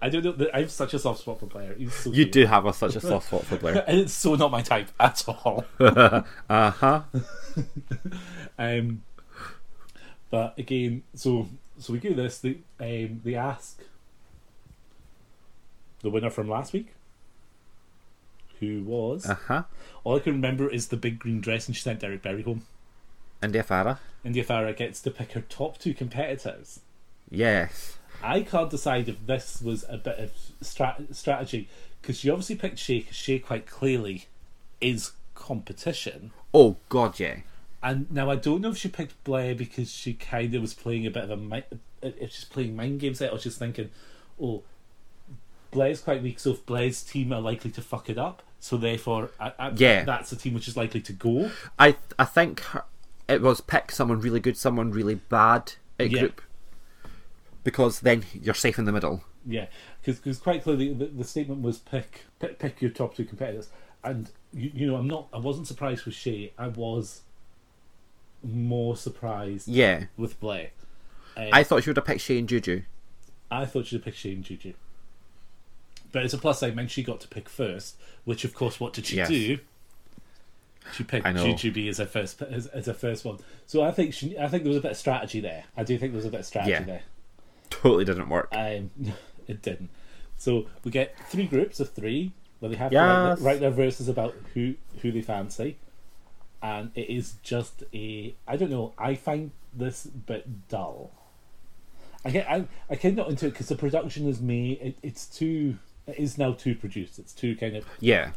[SPEAKER 1] I don't know. th- I have such a soft spot for Blair. He's so
[SPEAKER 2] you
[SPEAKER 1] cute.
[SPEAKER 2] do have a, such a soft spot
[SPEAKER 1] (laughs)
[SPEAKER 2] for Blair.
[SPEAKER 1] and it's so not my type at all.
[SPEAKER 2] Uh huh.
[SPEAKER 1] Um, but again, so so we do this. They um, they ask the winner from last week, who was
[SPEAKER 2] Uh huh.
[SPEAKER 1] all I can remember is the big green dress, and she sent Derek Berry home.
[SPEAKER 2] India Farah.
[SPEAKER 1] India Farah gets to pick her top two competitors.
[SPEAKER 2] Yes.
[SPEAKER 1] I can't decide if this was a bit of strat- strategy because she obviously picked Shay. 'cause Shay quite clearly is competition.
[SPEAKER 2] Oh God, yeah.
[SPEAKER 1] And now I don't know if she picked Blair because she kind of was playing a bit of a mi- if she's playing mind games there or she's thinking, oh, Blair's quite weak, so if Blair's team are likely to fuck it up, so therefore I, I,
[SPEAKER 2] Yeah.
[SPEAKER 1] that's the team which is likely to go.
[SPEAKER 2] I I think her, it was pick someone really good, someone really bad at
[SPEAKER 1] Yeah.
[SPEAKER 2] group, because then you're safe in the middle.
[SPEAKER 1] Yeah, because quite clearly the, the statement was pick pick, pick your top two competitors, and you, you know I'm not I wasn't surprised with Shay, I was more surprised
[SPEAKER 2] Yeah,
[SPEAKER 1] with Blair. Um,
[SPEAKER 2] I thought she would have picked Shane Juju.
[SPEAKER 1] I thought she'd have picked Shane Juju. But it's a plus side, meant she got to pick first, which of course, what did she
[SPEAKER 2] Yes.
[SPEAKER 1] do? She picked
[SPEAKER 2] I know.
[SPEAKER 1] Juju B as her first as, as her first one. So I think she, I think there was a bit of strategy there. I do think there was a bit of strategy
[SPEAKER 2] Yeah.
[SPEAKER 1] there.
[SPEAKER 2] Totally didn't work.
[SPEAKER 1] Um, (laughs) it didn't. So we get three groups of three where they have
[SPEAKER 2] Yes.
[SPEAKER 1] to write, write their verses about who who they fancy, and it is just a I don't know. I find this bit dull. I get I I kind of not into it because the production is me. It, it's too. It is now too produced. It's too kind of
[SPEAKER 2] yeah,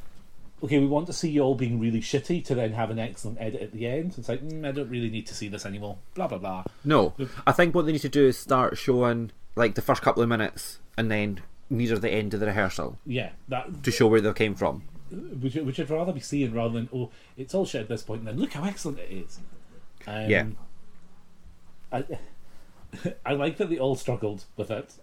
[SPEAKER 1] okay. We want to see you all being really shitty to then have an excellent edit at the end. It's like mm, I don't really need to see this anymore. Blah blah blah.
[SPEAKER 2] no. I think what they need to do is start showing like the first couple of minutes, and then near the end of the rehearsal
[SPEAKER 1] Yeah, that
[SPEAKER 2] to show where they came from.
[SPEAKER 1] which, which I'd rather be seeing rather than oh, it's all shit at this point, and then look how excellent it is. Um,
[SPEAKER 2] Yeah.
[SPEAKER 1] I, (laughs) I like that they all struggled with it. (laughs)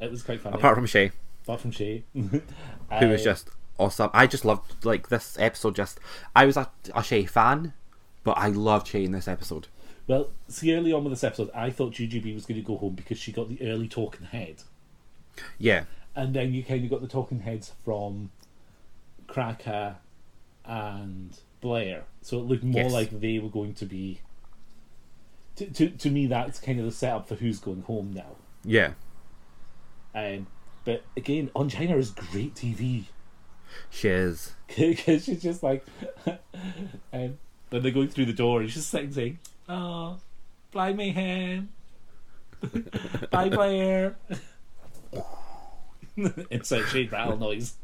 [SPEAKER 1] It was quite funny.
[SPEAKER 2] Apart from Shay,
[SPEAKER 1] Apart from Uh, she,
[SPEAKER 2] (laughs) who was just awesome. I just loved like this episode. Just I was a, a Shay fan, but I loved Shay in this episode.
[SPEAKER 1] well. See, early on with this episode, I thought GGB was going to go home because she got the early talking head,
[SPEAKER 2] Yeah,
[SPEAKER 1] and then you kind of got the talking heads from Cracker and Blair. So it looked more
[SPEAKER 2] Yes.
[SPEAKER 1] like they were going to be. To, to, to me, that's kind of the setup for who's going home now.
[SPEAKER 2] yeah.
[SPEAKER 1] Um, but again, on China is great TV (laughs)
[SPEAKER 2] She is.
[SPEAKER 1] because she's just like, (laughs) um, when they're going through the door, and she's sitting saying, "Oh, fly me ham, (laughs) bye (laughs) Blair." Insert shade rattle noise.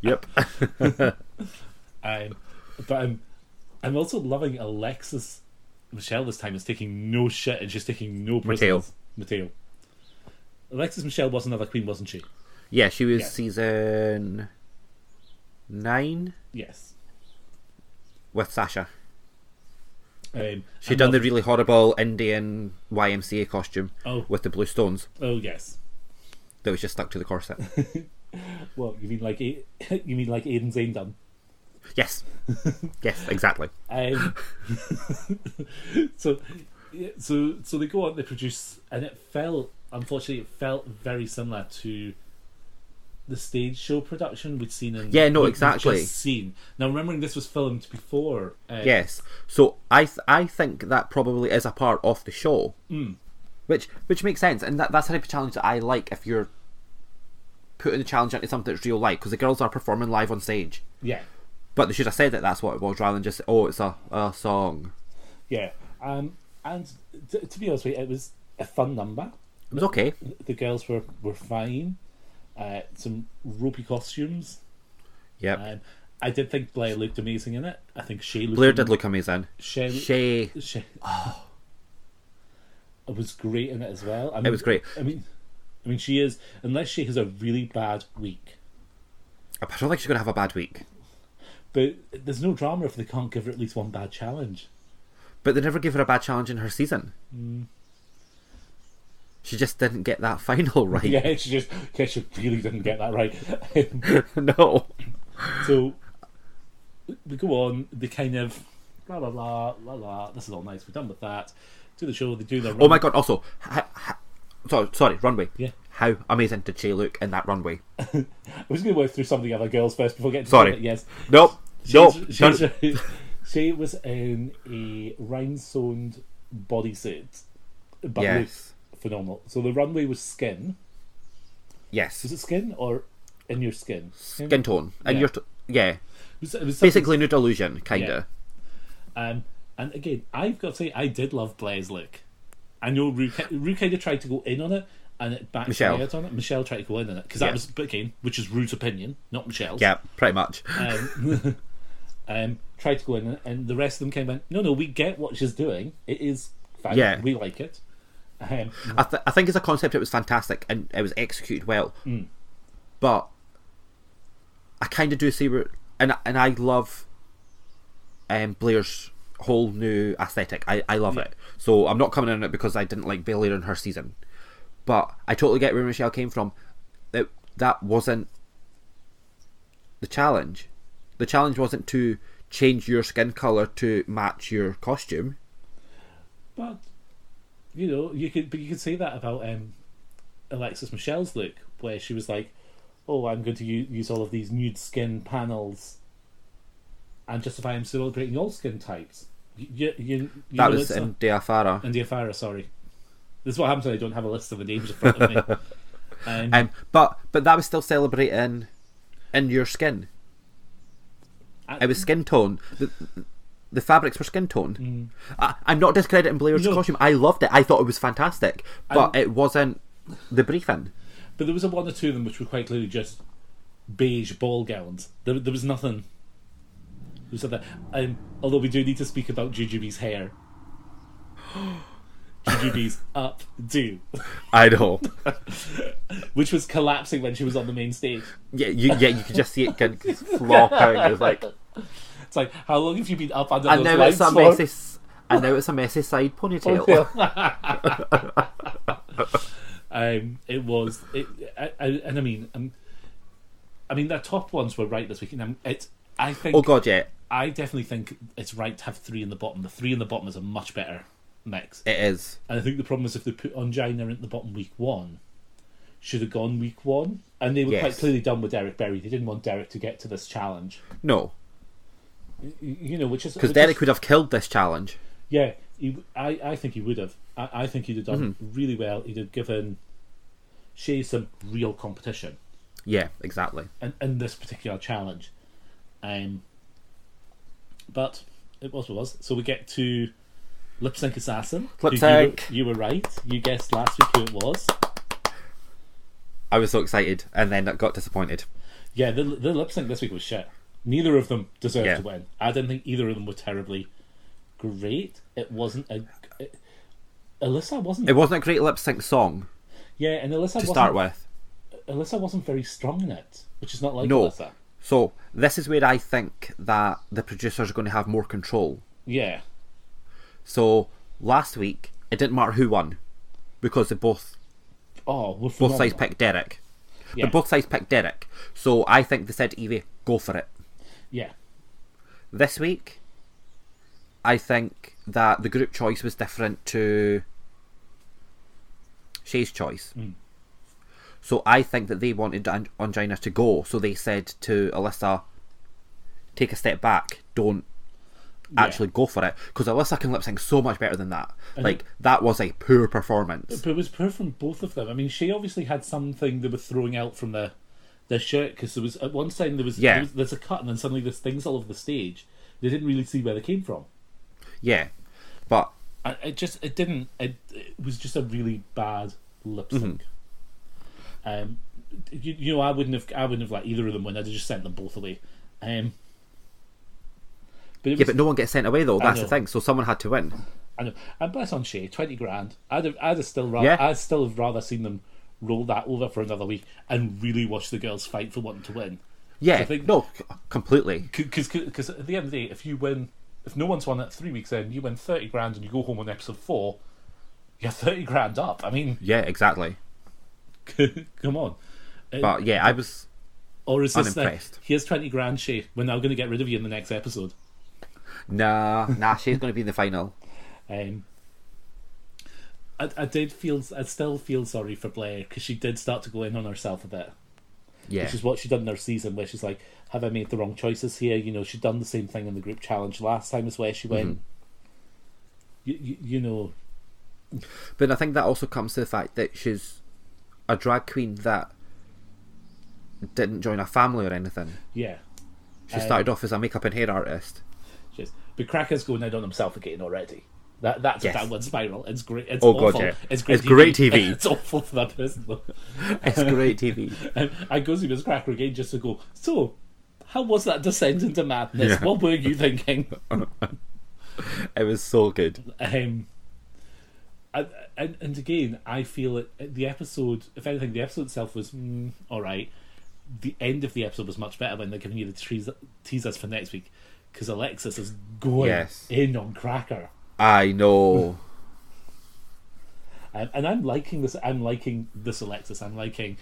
[SPEAKER 2] Yep.
[SPEAKER 1] Um, but um, I'm also loving Alexis Michelle this time is taking no shit and she's taking no prisoners. Mateo. Alexis Michelle was another queen, wasn't she?
[SPEAKER 2] (laughs) Yeah, she was
[SPEAKER 1] Yeah.
[SPEAKER 2] season nine
[SPEAKER 1] Yes.
[SPEAKER 2] with Sasha.
[SPEAKER 1] Um,
[SPEAKER 2] She'd done the really horrible Indian YMCA costume
[SPEAKER 1] Oh.
[SPEAKER 2] with the blue stones
[SPEAKER 1] Oh yes.
[SPEAKER 2] that was just stuck to the corset.
[SPEAKER 1] (laughs) Well, you mean like A- (laughs) you mean like Aidan Zane done? (laughs)
[SPEAKER 2] yes, yes, exactly.
[SPEAKER 1] Um, (laughs) so, yeah, so, so they go on. They produce, and it felt, unfortunately, it felt very similar to the stage show production we'd seen in.
[SPEAKER 2] Yeah, no,
[SPEAKER 1] we'd- we'd
[SPEAKER 2] exactly.
[SPEAKER 1] just Seen now, remembering this was filmed before. Uh,
[SPEAKER 2] Yes. So I th- I think that probably is a part of the show, mm.
[SPEAKER 1] Hmm.
[SPEAKER 2] which which makes sense, and that that's the type of challenge that I like. If you're putting the challenge into something that's real life, because the girls are performing live on stage,
[SPEAKER 1] yeah,
[SPEAKER 2] but they should have said that that's what it was rather than just oh it's a, a song.
[SPEAKER 1] yeah. Um, and t- to be honest with you, it was a fun number.
[SPEAKER 2] It was okay.
[SPEAKER 1] The girls were were fine. Uh, some ropey costumes.
[SPEAKER 2] Yep.
[SPEAKER 1] Um, I did think Blair looked amazing in it. I think she looked
[SPEAKER 2] Blair did look amazing.
[SPEAKER 1] Shay-
[SPEAKER 2] Shay Oh.
[SPEAKER 1] Shit. It was great in it as well. I mean,
[SPEAKER 2] was great.
[SPEAKER 1] I mean, I mean, she is unless she has a really bad week,
[SPEAKER 2] I don't think she's gonna have a bad week.
[SPEAKER 1] but there's no drama if they can't give her at least one bad challenge. (laughs)
[SPEAKER 2] But they never gave her a bad challenge in her season.
[SPEAKER 1] Mm.
[SPEAKER 2] She just didn't get that (laughs) final right.
[SPEAKER 1] Yeah, she just yeah, she really didn't get that right. (laughs)
[SPEAKER 2] no.
[SPEAKER 1] so we go on. They kind of la la la la la. This is all nice. We're done with that. Do the show. They do their.
[SPEAKER 2] Oh my god. Also, ha, ha, sorry, sorry, runway.
[SPEAKER 1] Yeah.
[SPEAKER 2] How amazing did she look in that runway?
[SPEAKER 1] I was going to work through some of the other girls first before getting. to
[SPEAKER 2] Sorry.
[SPEAKER 1] Janet, Yes.
[SPEAKER 2] Nope. Nope.
[SPEAKER 1] She's-
[SPEAKER 2] Don't-
[SPEAKER 1] (laughs) she's- she was in a rhinestone bodysuit, but
[SPEAKER 2] Yes.
[SPEAKER 1] looked phenomenal. So the runway was skin. Was
[SPEAKER 2] yes.
[SPEAKER 1] it skin or in your skin?
[SPEAKER 2] Skin tone. And
[SPEAKER 1] Yeah.
[SPEAKER 2] your t- yeah.
[SPEAKER 1] It was- it was something-
[SPEAKER 2] Basically, nude illusion, kinda.
[SPEAKER 1] Um, and again, I've got to say, I did love Blair's look. I know Rue, ki- Rue kind of tried to go in on it, and it backed
[SPEAKER 2] Michelle.
[SPEAKER 1] me out on it. Michelle tried to go in on it because
[SPEAKER 2] Yeah.
[SPEAKER 1] that was, but again, which is Rue's opinion, not Michelle's.
[SPEAKER 2] Yeah. Pretty much.
[SPEAKER 1] um, (laughs) um, tried to go in, and the rest of them came in. No, no, we get what she's doing. It is fine.
[SPEAKER 2] Yeah.
[SPEAKER 1] We like it. Um,
[SPEAKER 2] I, th- I think as a concept it was fantastic and it was executed well but I kind of do see where and and I love um, Blair's whole new aesthetic I, I love it so I'm not coming in on it because I didn't like Blair in her season but I totally get where Michelle came from that that wasn't the challenge the challenge wasn't to change your skin color to match your costume
[SPEAKER 1] but you know, you could, but you could say that about um, Alexis Michelle's look, where she was like, "Oh, I'm going to u- use all of these nude skin panels, and justify I'm celebrating all skin types." You, you, you, you know,
[SPEAKER 2] that was
[SPEAKER 1] it's a-
[SPEAKER 2] in Dea Farah
[SPEAKER 1] India Farah. Sorry, this is what happens when I don't have a list of the names in front of
[SPEAKER 2] (laughs)
[SPEAKER 1] me. Um,
[SPEAKER 2] Um, but but that was still celebrating in your skin.
[SPEAKER 1] I-
[SPEAKER 2] It was skin tone. The, the fabrics were skin tone.
[SPEAKER 1] Mm.
[SPEAKER 2] I, I'm not discrediting Blair's
[SPEAKER 1] No.
[SPEAKER 2] costume. I loved it. I thought it was fantastic, but it wasn't the briefing.
[SPEAKER 1] But there was a one or two of them which were quite clearly just beige ball gowns. There, there was nothing. There was nothing. Um, although we do need to speak about Jujubee's
[SPEAKER 2] (gasps)
[SPEAKER 1] hair. Jujubee's updo, (laughs)
[SPEAKER 2] I know.
[SPEAKER 1] which was collapsing when she was on the main stage.
[SPEAKER 2] yeah, you, yeah, you could just see it kind of (laughs) flopping. It's like,
[SPEAKER 1] It's like, how long have you been up under
[SPEAKER 2] and
[SPEAKER 1] those
[SPEAKER 2] now
[SPEAKER 1] lights
[SPEAKER 2] it's
[SPEAKER 1] Oh,
[SPEAKER 2] a
[SPEAKER 1] for?
[SPEAKER 2] messy. s- And now it's a messy side ponytail.
[SPEAKER 1] Um, it was, it, I, I, and I mean, um, I mean, their top ones were right this week, and um, it, I think,
[SPEAKER 2] (laughs) oh god, yeah,
[SPEAKER 1] I definitely think it's right to have three in the bottom. The three in the bottom is a much better mix.
[SPEAKER 2] it is.
[SPEAKER 1] And I think the problem is if they put Ongina at the bottom week one, should have gone week one. And they were quite
[SPEAKER 2] Yes.
[SPEAKER 1] clearly done with Derek Berry. They didn't want Derek to get to this challenge.
[SPEAKER 2] No,
[SPEAKER 1] Y- You know, which is
[SPEAKER 2] because
[SPEAKER 1] which
[SPEAKER 2] Derek
[SPEAKER 1] is-
[SPEAKER 2] would have killed this challenge.
[SPEAKER 1] Yeah, he, I I think he would have. I, I think he'd have done
[SPEAKER 2] Mm-hmm.
[SPEAKER 1] really well. He'd have given Shay some real competition.
[SPEAKER 2] Yeah, exactly.
[SPEAKER 1] in, in this particular challenge. Um, but it was what it was. So we get to Lip Sync Assassin. who
[SPEAKER 2] Lip
[SPEAKER 1] you were-
[SPEAKER 2] Sync.
[SPEAKER 1] You, were right. You guessed last week who it was.
[SPEAKER 2] I was so excited, and then I got disappointed.
[SPEAKER 1] Yeah, the, the lip sync this week was shit. Neither of them deserved
[SPEAKER 2] Yeah.
[SPEAKER 1] to win. I didn't think either of them were terribly great. It wasn't a. It, Alyssa wasn't.
[SPEAKER 2] It wasn't a great lip sync song
[SPEAKER 1] yeah, and Alyssa
[SPEAKER 2] to
[SPEAKER 1] wasn't,
[SPEAKER 2] start with.
[SPEAKER 1] Alyssa wasn't very strong in it, which is not like
[SPEAKER 2] No.
[SPEAKER 1] Alyssa.
[SPEAKER 2] So this is where I think that the producers are going to have more control.
[SPEAKER 1] Yeah,
[SPEAKER 2] So last week it didn't matter who won because they both
[SPEAKER 1] Oh, we're
[SPEAKER 2] both sides
[SPEAKER 1] phenomenal.
[SPEAKER 2] picked Derek.
[SPEAKER 1] Yeah.
[SPEAKER 2] They both sides picked Derek. So I think they said Evie, go for it.
[SPEAKER 1] Yeah,
[SPEAKER 2] This week, I think that the group choice was different to Shay's choice.
[SPEAKER 1] Hmm.
[SPEAKER 2] So I think that they wanted An- Angina to go. So they said to Alyssa, take a step back. Don't actually go for it. Because Alyssa can lip sync so much better than that. like, that was a poor performance.
[SPEAKER 1] but it was poor from both of them. I mean, she obviously had something they were throwing out from their their shirt because there was at one time there was,
[SPEAKER 2] Yeah.
[SPEAKER 1] there was there's a cut and then suddenly there's things all over the stage. They didn't really see where they came from.
[SPEAKER 2] Yeah. But
[SPEAKER 1] I, it just it didn't. It, it was just a really bad lip
[SPEAKER 2] Mm-hmm.
[SPEAKER 1] sync. Um, you, you know, I wouldn't have I wouldn't have let either of them win. I'd have just sent them both away. Um, but it
[SPEAKER 2] Yeah,
[SPEAKER 1] was,
[SPEAKER 2] but no one gets sent away though. That's the
[SPEAKER 1] know.
[SPEAKER 2] thing. So someone had to win.
[SPEAKER 1] I know. And bless on Shea, twenty grand. I'd have, I'd have still rather,
[SPEAKER 2] Yeah.
[SPEAKER 1] I'd still have rather seen them roll that over for another week and really watch the girls fight for wanting to win.
[SPEAKER 2] Yeah,
[SPEAKER 1] I think-
[SPEAKER 2] no, c- completely.
[SPEAKER 1] Because because at the end of the day, if you win, if no one's won at three weeks in, you win thirty grand and you go home on episode four, you're thirty grand up. I mean,
[SPEAKER 2] Yeah, exactly.
[SPEAKER 1] (laughs) come on.
[SPEAKER 2] But yeah, I was.
[SPEAKER 1] Or is this like,
[SPEAKER 2] Unimpressed.
[SPEAKER 1] here's twenty grand, Shea. We're now going to get rid of you in the next episode.
[SPEAKER 2] Nah, nah, she's going to be in the final.
[SPEAKER 1] Um, I, I did feel, I still feel sorry for Blair because she did start to go in on herself a bit.
[SPEAKER 2] (laughs) Yeah.
[SPEAKER 1] which is what she done in her season where she's like have i made the wrong choices here you know she'd done the same thing in the group challenge last time is where
[SPEAKER 2] Mm-hmm.
[SPEAKER 1] she went you, you, you know
[SPEAKER 2] But I think that also comes to the fact that she's a drag queen that didn't join a family or anything.
[SPEAKER 1] yeah
[SPEAKER 2] She started off as a makeup and hair artist.
[SPEAKER 1] just but cracker's going out on himself again already that that's
[SPEAKER 2] Yes.
[SPEAKER 1] a downward spiral it's great it's
[SPEAKER 2] Oh, God,
[SPEAKER 1] awful
[SPEAKER 2] yeah.
[SPEAKER 1] it's great
[SPEAKER 2] It's great TV.
[SPEAKER 1] (laughs) it's awful for that person though
[SPEAKER 2] It's (laughs) great TV.
[SPEAKER 1] and i go see miss cracker again just to go so how was that descent into madness
[SPEAKER 2] Yeah.
[SPEAKER 1] what were you thinking
[SPEAKER 2] It was so good.
[SPEAKER 1] Um, and, and and again, I feel it. The episode, if anything, the episode itself was mm, all right. The end of the episode was much better when they're giving you the tease, tease us for next week because Alexis is going
[SPEAKER 2] Yes.
[SPEAKER 1] in on Cracker,
[SPEAKER 2] I know.
[SPEAKER 1] um, and I'm liking this. I'm liking this Alexis. I'm liking.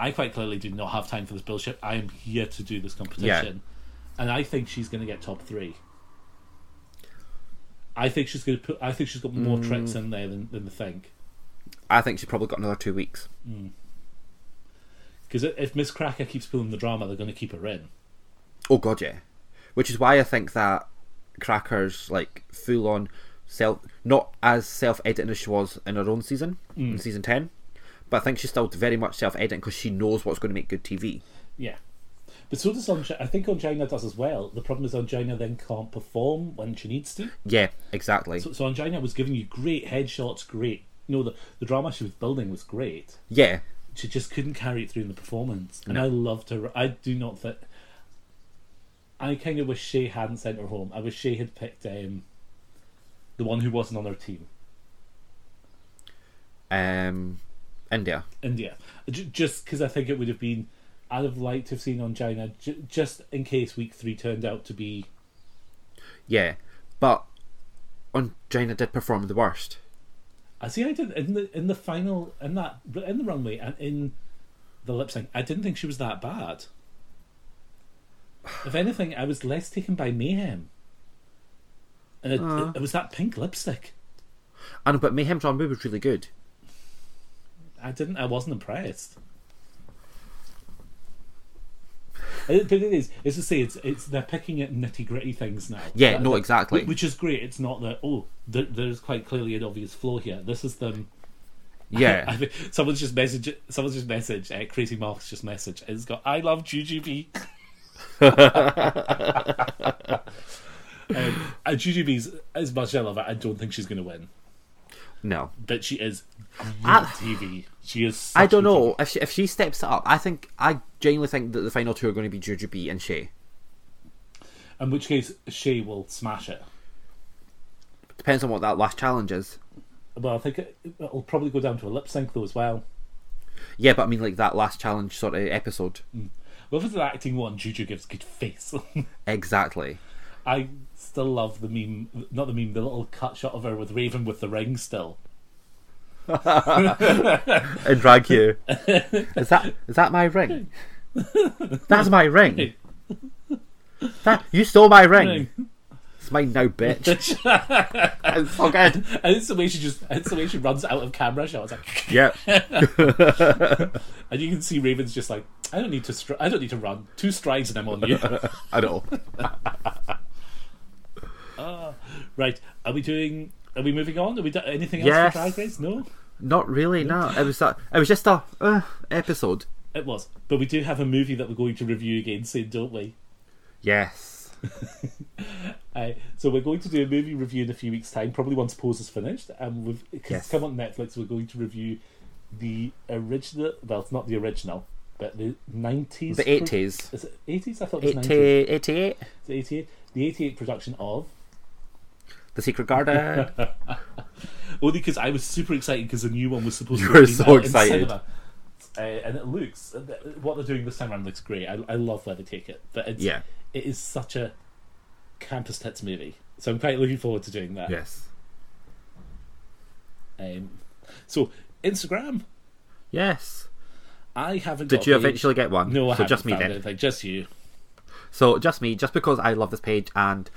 [SPEAKER 1] I quite clearly do not have time for this bullshit. I am here to do this competition, and I think she's going to get top three. I think she's going to put. I think she's got more tricks in there than than the think.
[SPEAKER 2] I think she probably got another two weeks.
[SPEAKER 1] Because if Miss Cracker keeps pulling the drama, they're going to keep her in.
[SPEAKER 2] Oh god, yeah. Which is why I think that Cracker's like full on self, not as self editing as she was in her own season, in season ten, but I think she's still very much self editing because she knows what's going to make good TV.
[SPEAKER 1] Yeah. But so does Angina. I think Angina does as well. The problem is Angina then can't perform when she needs to.
[SPEAKER 2] Yeah, exactly.
[SPEAKER 1] So, so Angina was giving you great headshots, great. You know, the, the drama she was building was great.
[SPEAKER 2] yeah,
[SPEAKER 1] She just couldn't carry it through in the performance. And I loved her. I do not think. I kind of wish she hadn't sent her home. I wish she had picked um, the one who wasn't on her team.
[SPEAKER 2] um, India.
[SPEAKER 1] India, J- just because I think it would have been, I'd have liked to have seen on China j- just in case week three turned out to be.
[SPEAKER 2] Yeah, but on China did perform the worst.
[SPEAKER 1] I see. I did in the in the final in that in the runway and in the lip sync. I didn't think she was that bad. If anything, I was less taken by mayhem. And it, it, it was that pink lipstick.
[SPEAKER 2] I know, but Mayhem's on was really good.
[SPEAKER 1] I didn't. I wasn't impressed. It- But it is. It's to say, it's it's they're picking at nitty gritty things now.
[SPEAKER 2] Yeah,
[SPEAKER 1] That-
[SPEAKER 2] no,
[SPEAKER 1] that-
[SPEAKER 2] exactly.
[SPEAKER 1] Which is great. It's not that. Oh, there, there's quite clearly an obvious flaw here. This is them. (laughs) I
[SPEAKER 2] Yeah,
[SPEAKER 1] think someone's just message. Someone's just message. Uh, Crazy Mark's just message. It's got. I love GGB. (laughs) um, uh, GGB's as much as I love her, I don't think she's going to win.
[SPEAKER 2] no.
[SPEAKER 1] But she is great
[SPEAKER 2] I-
[SPEAKER 1] TV. She is. Such
[SPEAKER 2] I don't
[SPEAKER 1] good TV.
[SPEAKER 2] know if she, if she steps it up. I think I genuinely think that the final two are going to be Jujubee and Shay.
[SPEAKER 1] In which case, Shay will smash it.
[SPEAKER 2] Depends on what that last challenge is.
[SPEAKER 1] Well, I think it, it'll probably go down to a lip sync though as well.
[SPEAKER 2] Yeah, but I mean, like that last challenge sort of episode.
[SPEAKER 1] Well, if it's an acting one, Juju gives good face. (laughs)
[SPEAKER 2] Exactly.
[SPEAKER 1] I still love the meme, not the meme, the little cut shot of her with Raven with the ring still.
[SPEAKER 2] And drag
[SPEAKER 1] (laughs)
[SPEAKER 2] you. is that is that my ring? That's my ring. That you stole my ring. It's mine
[SPEAKER 1] (laughs)
[SPEAKER 2] now, bitch. it's so good.
[SPEAKER 1] And it's the way she just, it's the way she runs out of camera shots. Like, (laughs)
[SPEAKER 2] Yep.
[SPEAKER 1] and you can see Raven's just like, I don't need to, str- I don't need to run. Two strides and I'm on
[SPEAKER 2] (laughs)
[SPEAKER 1] you.
[SPEAKER 2] I know.
[SPEAKER 1] right? Are we doing? Are we moving on? Are we do- anything else
[SPEAKER 2] Yes.
[SPEAKER 1] for Drag Race? No,
[SPEAKER 2] Not really. No. It was that. It was just a uh, episode.
[SPEAKER 1] it was. But we do have a movie that we're going to review again soon, don't we?
[SPEAKER 2] Yes.
[SPEAKER 1] Uh, so we're going to do a movie review in a few weeks' time, probably once Pose is finished, and we've because
[SPEAKER 2] Yes.
[SPEAKER 1] it's come on Netflix. We're going to review the original. Well, it's not the original, but the nineties.
[SPEAKER 2] The eighties.
[SPEAKER 1] Is it eighties? I thought it was nineties.
[SPEAKER 2] 88.
[SPEAKER 1] Eighty-eight. The eighty-eight production of.
[SPEAKER 2] The Secret
[SPEAKER 1] (laughs)
[SPEAKER 2] Garden.
[SPEAKER 1] Only because I was super excited because the new one was supposed
[SPEAKER 2] You
[SPEAKER 1] to
[SPEAKER 2] were
[SPEAKER 1] be
[SPEAKER 2] so
[SPEAKER 1] out
[SPEAKER 2] excited.
[SPEAKER 1] in cinema. Uh, and it looks what they're doing this time around looks great. I, I love where they take it, but it's,
[SPEAKER 2] Yeah.
[SPEAKER 1] it is such a campus tits movie. So I'm quite looking forward to doing that.
[SPEAKER 2] yes.
[SPEAKER 1] Um, so Instagram,
[SPEAKER 2] Yes.
[SPEAKER 1] I haven't.
[SPEAKER 2] Did
[SPEAKER 1] got a
[SPEAKER 2] you
[SPEAKER 1] page.
[SPEAKER 2] eventually get one?
[SPEAKER 1] No, I
[SPEAKER 2] so
[SPEAKER 1] haven't
[SPEAKER 2] just me
[SPEAKER 1] found
[SPEAKER 2] then.
[SPEAKER 1] anything. Just you.
[SPEAKER 2] So just me, just because I love this page and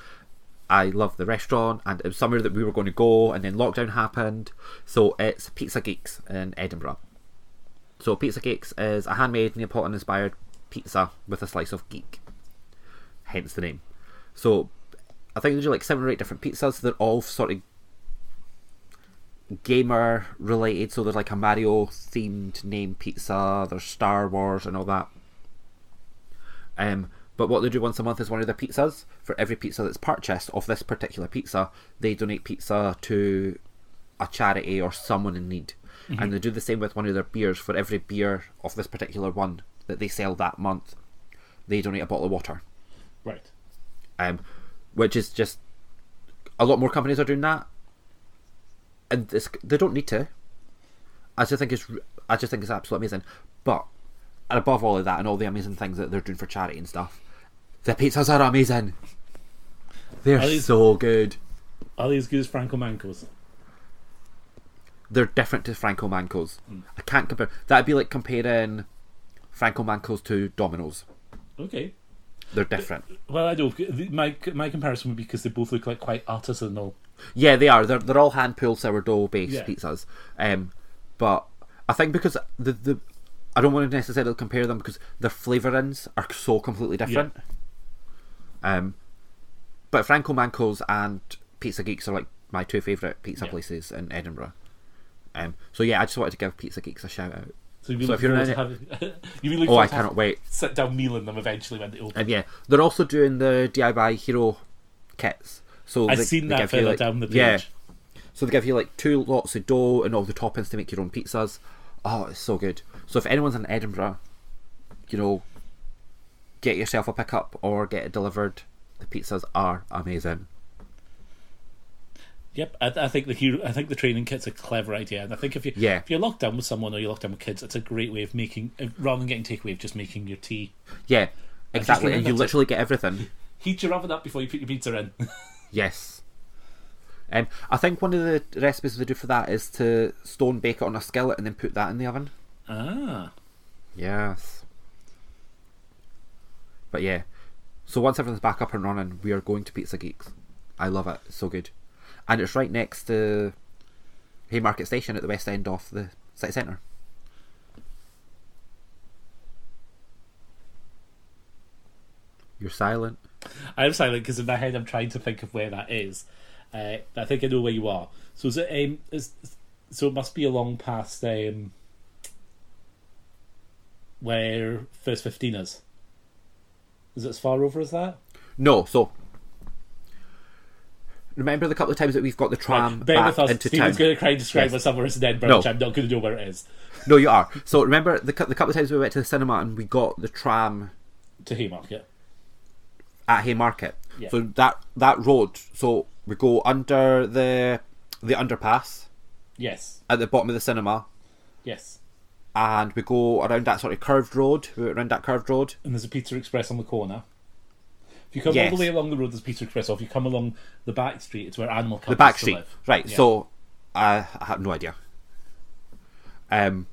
[SPEAKER 2] I love the restaurant and it was somewhere that we were going to go and then lockdown happened. So it's Pizza Geeks in Edinburgh. So Pizza Geeks is a handmade Neapolitan inspired pizza with a slice of geek. Hence the name. So I think they do like seven or eight different pizzas. They're all sort of gamer related. So there's like a Mario themed name pizza. There's Star Wars and all that. Um, but what they do once a month is one of their pizzas. For every pizza that's purchased of this particular pizza, they donate pizza to a charity or someone in need. And they do the same with one of their beers. For every beer of this particular one that they sell that month, they donate a bottle of water
[SPEAKER 1] Right.
[SPEAKER 2] um, which is just a lot more companies are doing that, and this they don't need to. I just think it's r- I just think it's absolutely amazing. But and above all of that, and all the amazing things that they're doing for charity and stuff, the pizzas are amazing. They're
[SPEAKER 1] Are these-
[SPEAKER 2] so good.
[SPEAKER 1] Are they as good as Franco Manco's?
[SPEAKER 2] They're different to Franco Manco's.
[SPEAKER 1] Hmm.
[SPEAKER 2] I can't compare. That'd be like comparing Franco Manco's to Domino's.
[SPEAKER 1] Okay.
[SPEAKER 2] They're different.
[SPEAKER 1] Well, I don't. the- My my comparison would be because they both look like quite artisanal.
[SPEAKER 2] Yeah, they are. They're, they're all hand pulled sourdough based
[SPEAKER 1] Yeah.
[SPEAKER 2] pizzas. Um, but I think because the the I don't want to necessarily compare them because their flavourings are so completely different. Um, but Franco Manco's and Pizza Geeks are like my two favourite pizza
[SPEAKER 1] Yeah.
[SPEAKER 2] places in Edinburgh. Um, so yeah, I just wanted to give Pizza Geeks a shout out.
[SPEAKER 1] So you'd be
[SPEAKER 2] So if
[SPEAKER 1] looking
[SPEAKER 2] you're
[SPEAKER 1] forward to having. (laughs) you'd be looking
[SPEAKER 2] Oh,
[SPEAKER 1] forward
[SPEAKER 2] I
[SPEAKER 1] to
[SPEAKER 2] cannot wait.
[SPEAKER 1] sit down meal in them eventually when they open.
[SPEAKER 2] And yeah, they're also doing the DIY hero kits. So
[SPEAKER 1] I've
[SPEAKER 2] they-
[SPEAKER 1] seen
[SPEAKER 2] they
[SPEAKER 1] that
[SPEAKER 2] give you,
[SPEAKER 1] further
[SPEAKER 2] like-
[SPEAKER 1] down the page.
[SPEAKER 2] Yeah, So they give you like two lots of dough and all the toppings to make your own pizzas. Oh, it's so good. So if anyone's in Edinburgh, you know, get yourself a pickup or get it delivered. The pizzas are amazing.
[SPEAKER 1] Yep, I, I think the hero, I think the training kit's a clever idea, and I think if you
[SPEAKER 2] Yeah.
[SPEAKER 1] if you're locked down with someone or you're locked down with kids, it's a great way of making uh, rather than getting takeaway of just making your tea.
[SPEAKER 2] Yeah, exactly.
[SPEAKER 1] remembered
[SPEAKER 2] And you
[SPEAKER 1] to-
[SPEAKER 2] literally get everything.
[SPEAKER 1] Heat your oven up before you put your pizza in. (laughs)
[SPEAKER 2] Yes. Um, I think one of the recipes they do for that is to stone bake it on a skillet and then put that in the oven.
[SPEAKER 1] ah,
[SPEAKER 2] Yes. But yeah, so once everything's back up and running, we are going to Pizza Geeks. I love it. It's so good, and it's right next to Haymarket Station at the west end of the city centre. You're silent.
[SPEAKER 1] I'm silent because in my head I'm trying to think of where that is. Uh, but I think I know where you are. So is it? Um, is, so it must be along past um, where first fifteen is. Is it as far over as that?
[SPEAKER 2] No, so remember the couple of times that we've got the tram
[SPEAKER 1] Bear
[SPEAKER 2] back
[SPEAKER 1] with us.
[SPEAKER 2] into
[SPEAKER 1] Stephen's
[SPEAKER 2] town.
[SPEAKER 1] going to try and describe
[SPEAKER 2] Yes.
[SPEAKER 1] where somewhere is in Edinburgh,
[SPEAKER 2] No.
[SPEAKER 1] which I'm not going to know where it is.
[SPEAKER 2] No, you are. So remember the cou- the couple of times we went to the cinema and we got the tram
[SPEAKER 1] To Haymarket.
[SPEAKER 2] at Haymarket.
[SPEAKER 1] Yeah.
[SPEAKER 2] So that that road, so we go under the the underpass
[SPEAKER 1] Yes.
[SPEAKER 2] at the bottom of the cinema,
[SPEAKER 1] Yes.
[SPEAKER 2] and we go around that sort of curved road. We went around that curved road.
[SPEAKER 1] And there's a Pizza Express on the corner. If you come all
[SPEAKER 2] Yes.
[SPEAKER 1] the way along the road, there's Pizza Express. Or if you come along the back street, it's where Animal Company
[SPEAKER 2] the back
[SPEAKER 1] used to
[SPEAKER 2] street,
[SPEAKER 1] live.
[SPEAKER 2] right?
[SPEAKER 1] Yeah.
[SPEAKER 2] So I I have no idea. Um.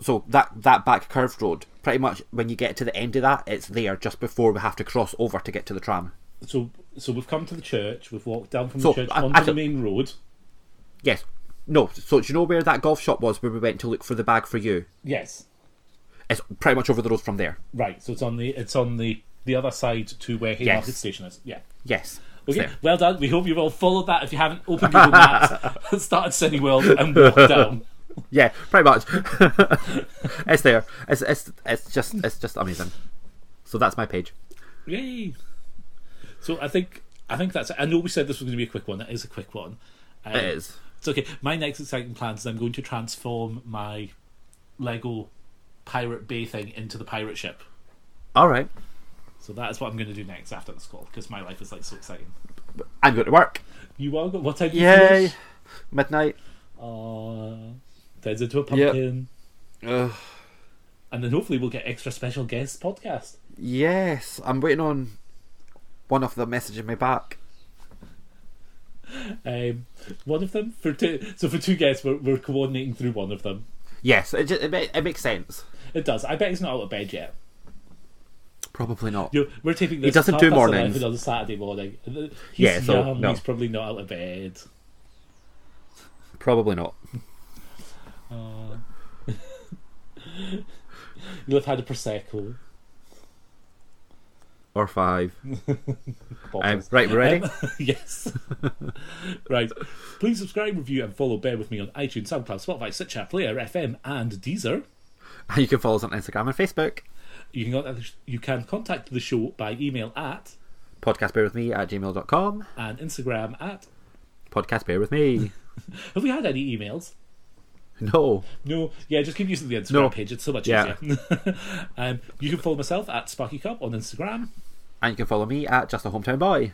[SPEAKER 2] So that that back curved road, pretty much when you get to the end of that, it's there just before we have to cross over to get to the tram.
[SPEAKER 1] so so we've come to the church. We've walked down from
[SPEAKER 2] So,
[SPEAKER 1] the church
[SPEAKER 2] I-
[SPEAKER 1] onto
[SPEAKER 2] I
[SPEAKER 1] the
[SPEAKER 2] don't-
[SPEAKER 1] main road.
[SPEAKER 2] Yes. No. So do you know where that golf shop was where we went to look for the bag for you?
[SPEAKER 1] Yes.
[SPEAKER 2] It's pretty much over the road from there.
[SPEAKER 1] Right. So it's on the it's on the the other side to where Haymarket
[SPEAKER 2] Yes.
[SPEAKER 1] Station is. Yeah.
[SPEAKER 2] Yes. it's
[SPEAKER 1] Okay,
[SPEAKER 2] there.
[SPEAKER 1] well done. We hope you've all followed that. If you haven't, opened
[SPEAKER 2] (laughs)
[SPEAKER 1] Google Maps, and started Cineworld, and walked down.
[SPEAKER 2] Yeah, pretty much. (laughs) it's there. It's, it's it's just it's just amazing. So that's my page.
[SPEAKER 1] Yay! So I think I think that's. I know we said this was going to be a quick one. It is a quick one. Um,
[SPEAKER 2] It is.
[SPEAKER 1] It's okay. My next exciting plans is I'm going to transform my Lego Pirate Bay thing into the pirate ship.
[SPEAKER 2] All right.
[SPEAKER 1] So that is what I'm going to do next after this call because my life is like so exciting.
[SPEAKER 2] I'm going to work.
[SPEAKER 1] You are good. What time do you
[SPEAKER 2] Yay!
[SPEAKER 1] finish?
[SPEAKER 2] Midnight.
[SPEAKER 1] Uh, turns into a pumpkin,
[SPEAKER 2] Ugh.
[SPEAKER 1] and then hopefully we'll get extra special guest podcast.
[SPEAKER 2] Yes, I'm waiting on one of them messaging me back.
[SPEAKER 1] Um, one of them for two. So for two guests, we're, we're coordinating through one of them.
[SPEAKER 2] Yes, it just, it, ma- it makes sense.
[SPEAKER 1] It does. I bet he's not out of bed yet.
[SPEAKER 2] Probably not.
[SPEAKER 1] You know, we're taping this.
[SPEAKER 2] doesn't
[SPEAKER 1] half
[SPEAKER 2] do
[SPEAKER 1] past eleven
[SPEAKER 2] mornings.
[SPEAKER 1] on a Saturday morning. He's
[SPEAKER 2] Yeah, so,
[SPEAKER 1] young,
[SPEAKER 2] no.
[SPEAKER 1] He's probably not out of bed.
[SPEAKER 2] Probably not.
[SPEAKER 1] You'll have had a prosecco.
[SPEAKER 2] Or five. Um,
[SPEAKER 1] bottles. Um,
[SPEAKER 2] right,
[SPEAKER 1] (laughs)
[SPEAKER 2] we're ready.
[SPEAKER 1] yes. right. Please subscribe, review, and follow Bear with me on iTunes, SoundCloud, Spotify, Stitcher, Player FM, and Deezer.
[SPEAKER 2] you can follow us on Instagram and Facebook.
[SPEAKER 1] You can contact, you can contact the show by email at
[SPEAKER 2] Podcast bear with me at gmail.com.
[SPEAKER 1] and Instagram at.
[SPEAKER 2] Podcast bear with me.
[SPEAKER 1] Have we had any emails?
[SPEAKER 2] no.
[SPEAKER 1] No, yeah, just keep using the Instagram
[SPEAKER 2] No.
[SPEAKER 1] page. It's so much
[SPEAKER 2] Yeah.
[SPEAKER 1] easier. (laughs) um, you can follow myself at Sparky Cup on Instagram.
[SPEAKER 2] And you can follow me at just a hometown boy.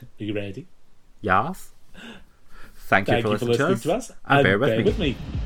[SPEAKER 1] Are you ready?
[SPEAKER 2] Yes. Thank,
[SPEAKER 1] Thank
[SPEAKER 2] you for listening, to, us.
[SPEAKER 1] And bear with,
[SPEAKER 2] me.
[SPEAKER 1] me.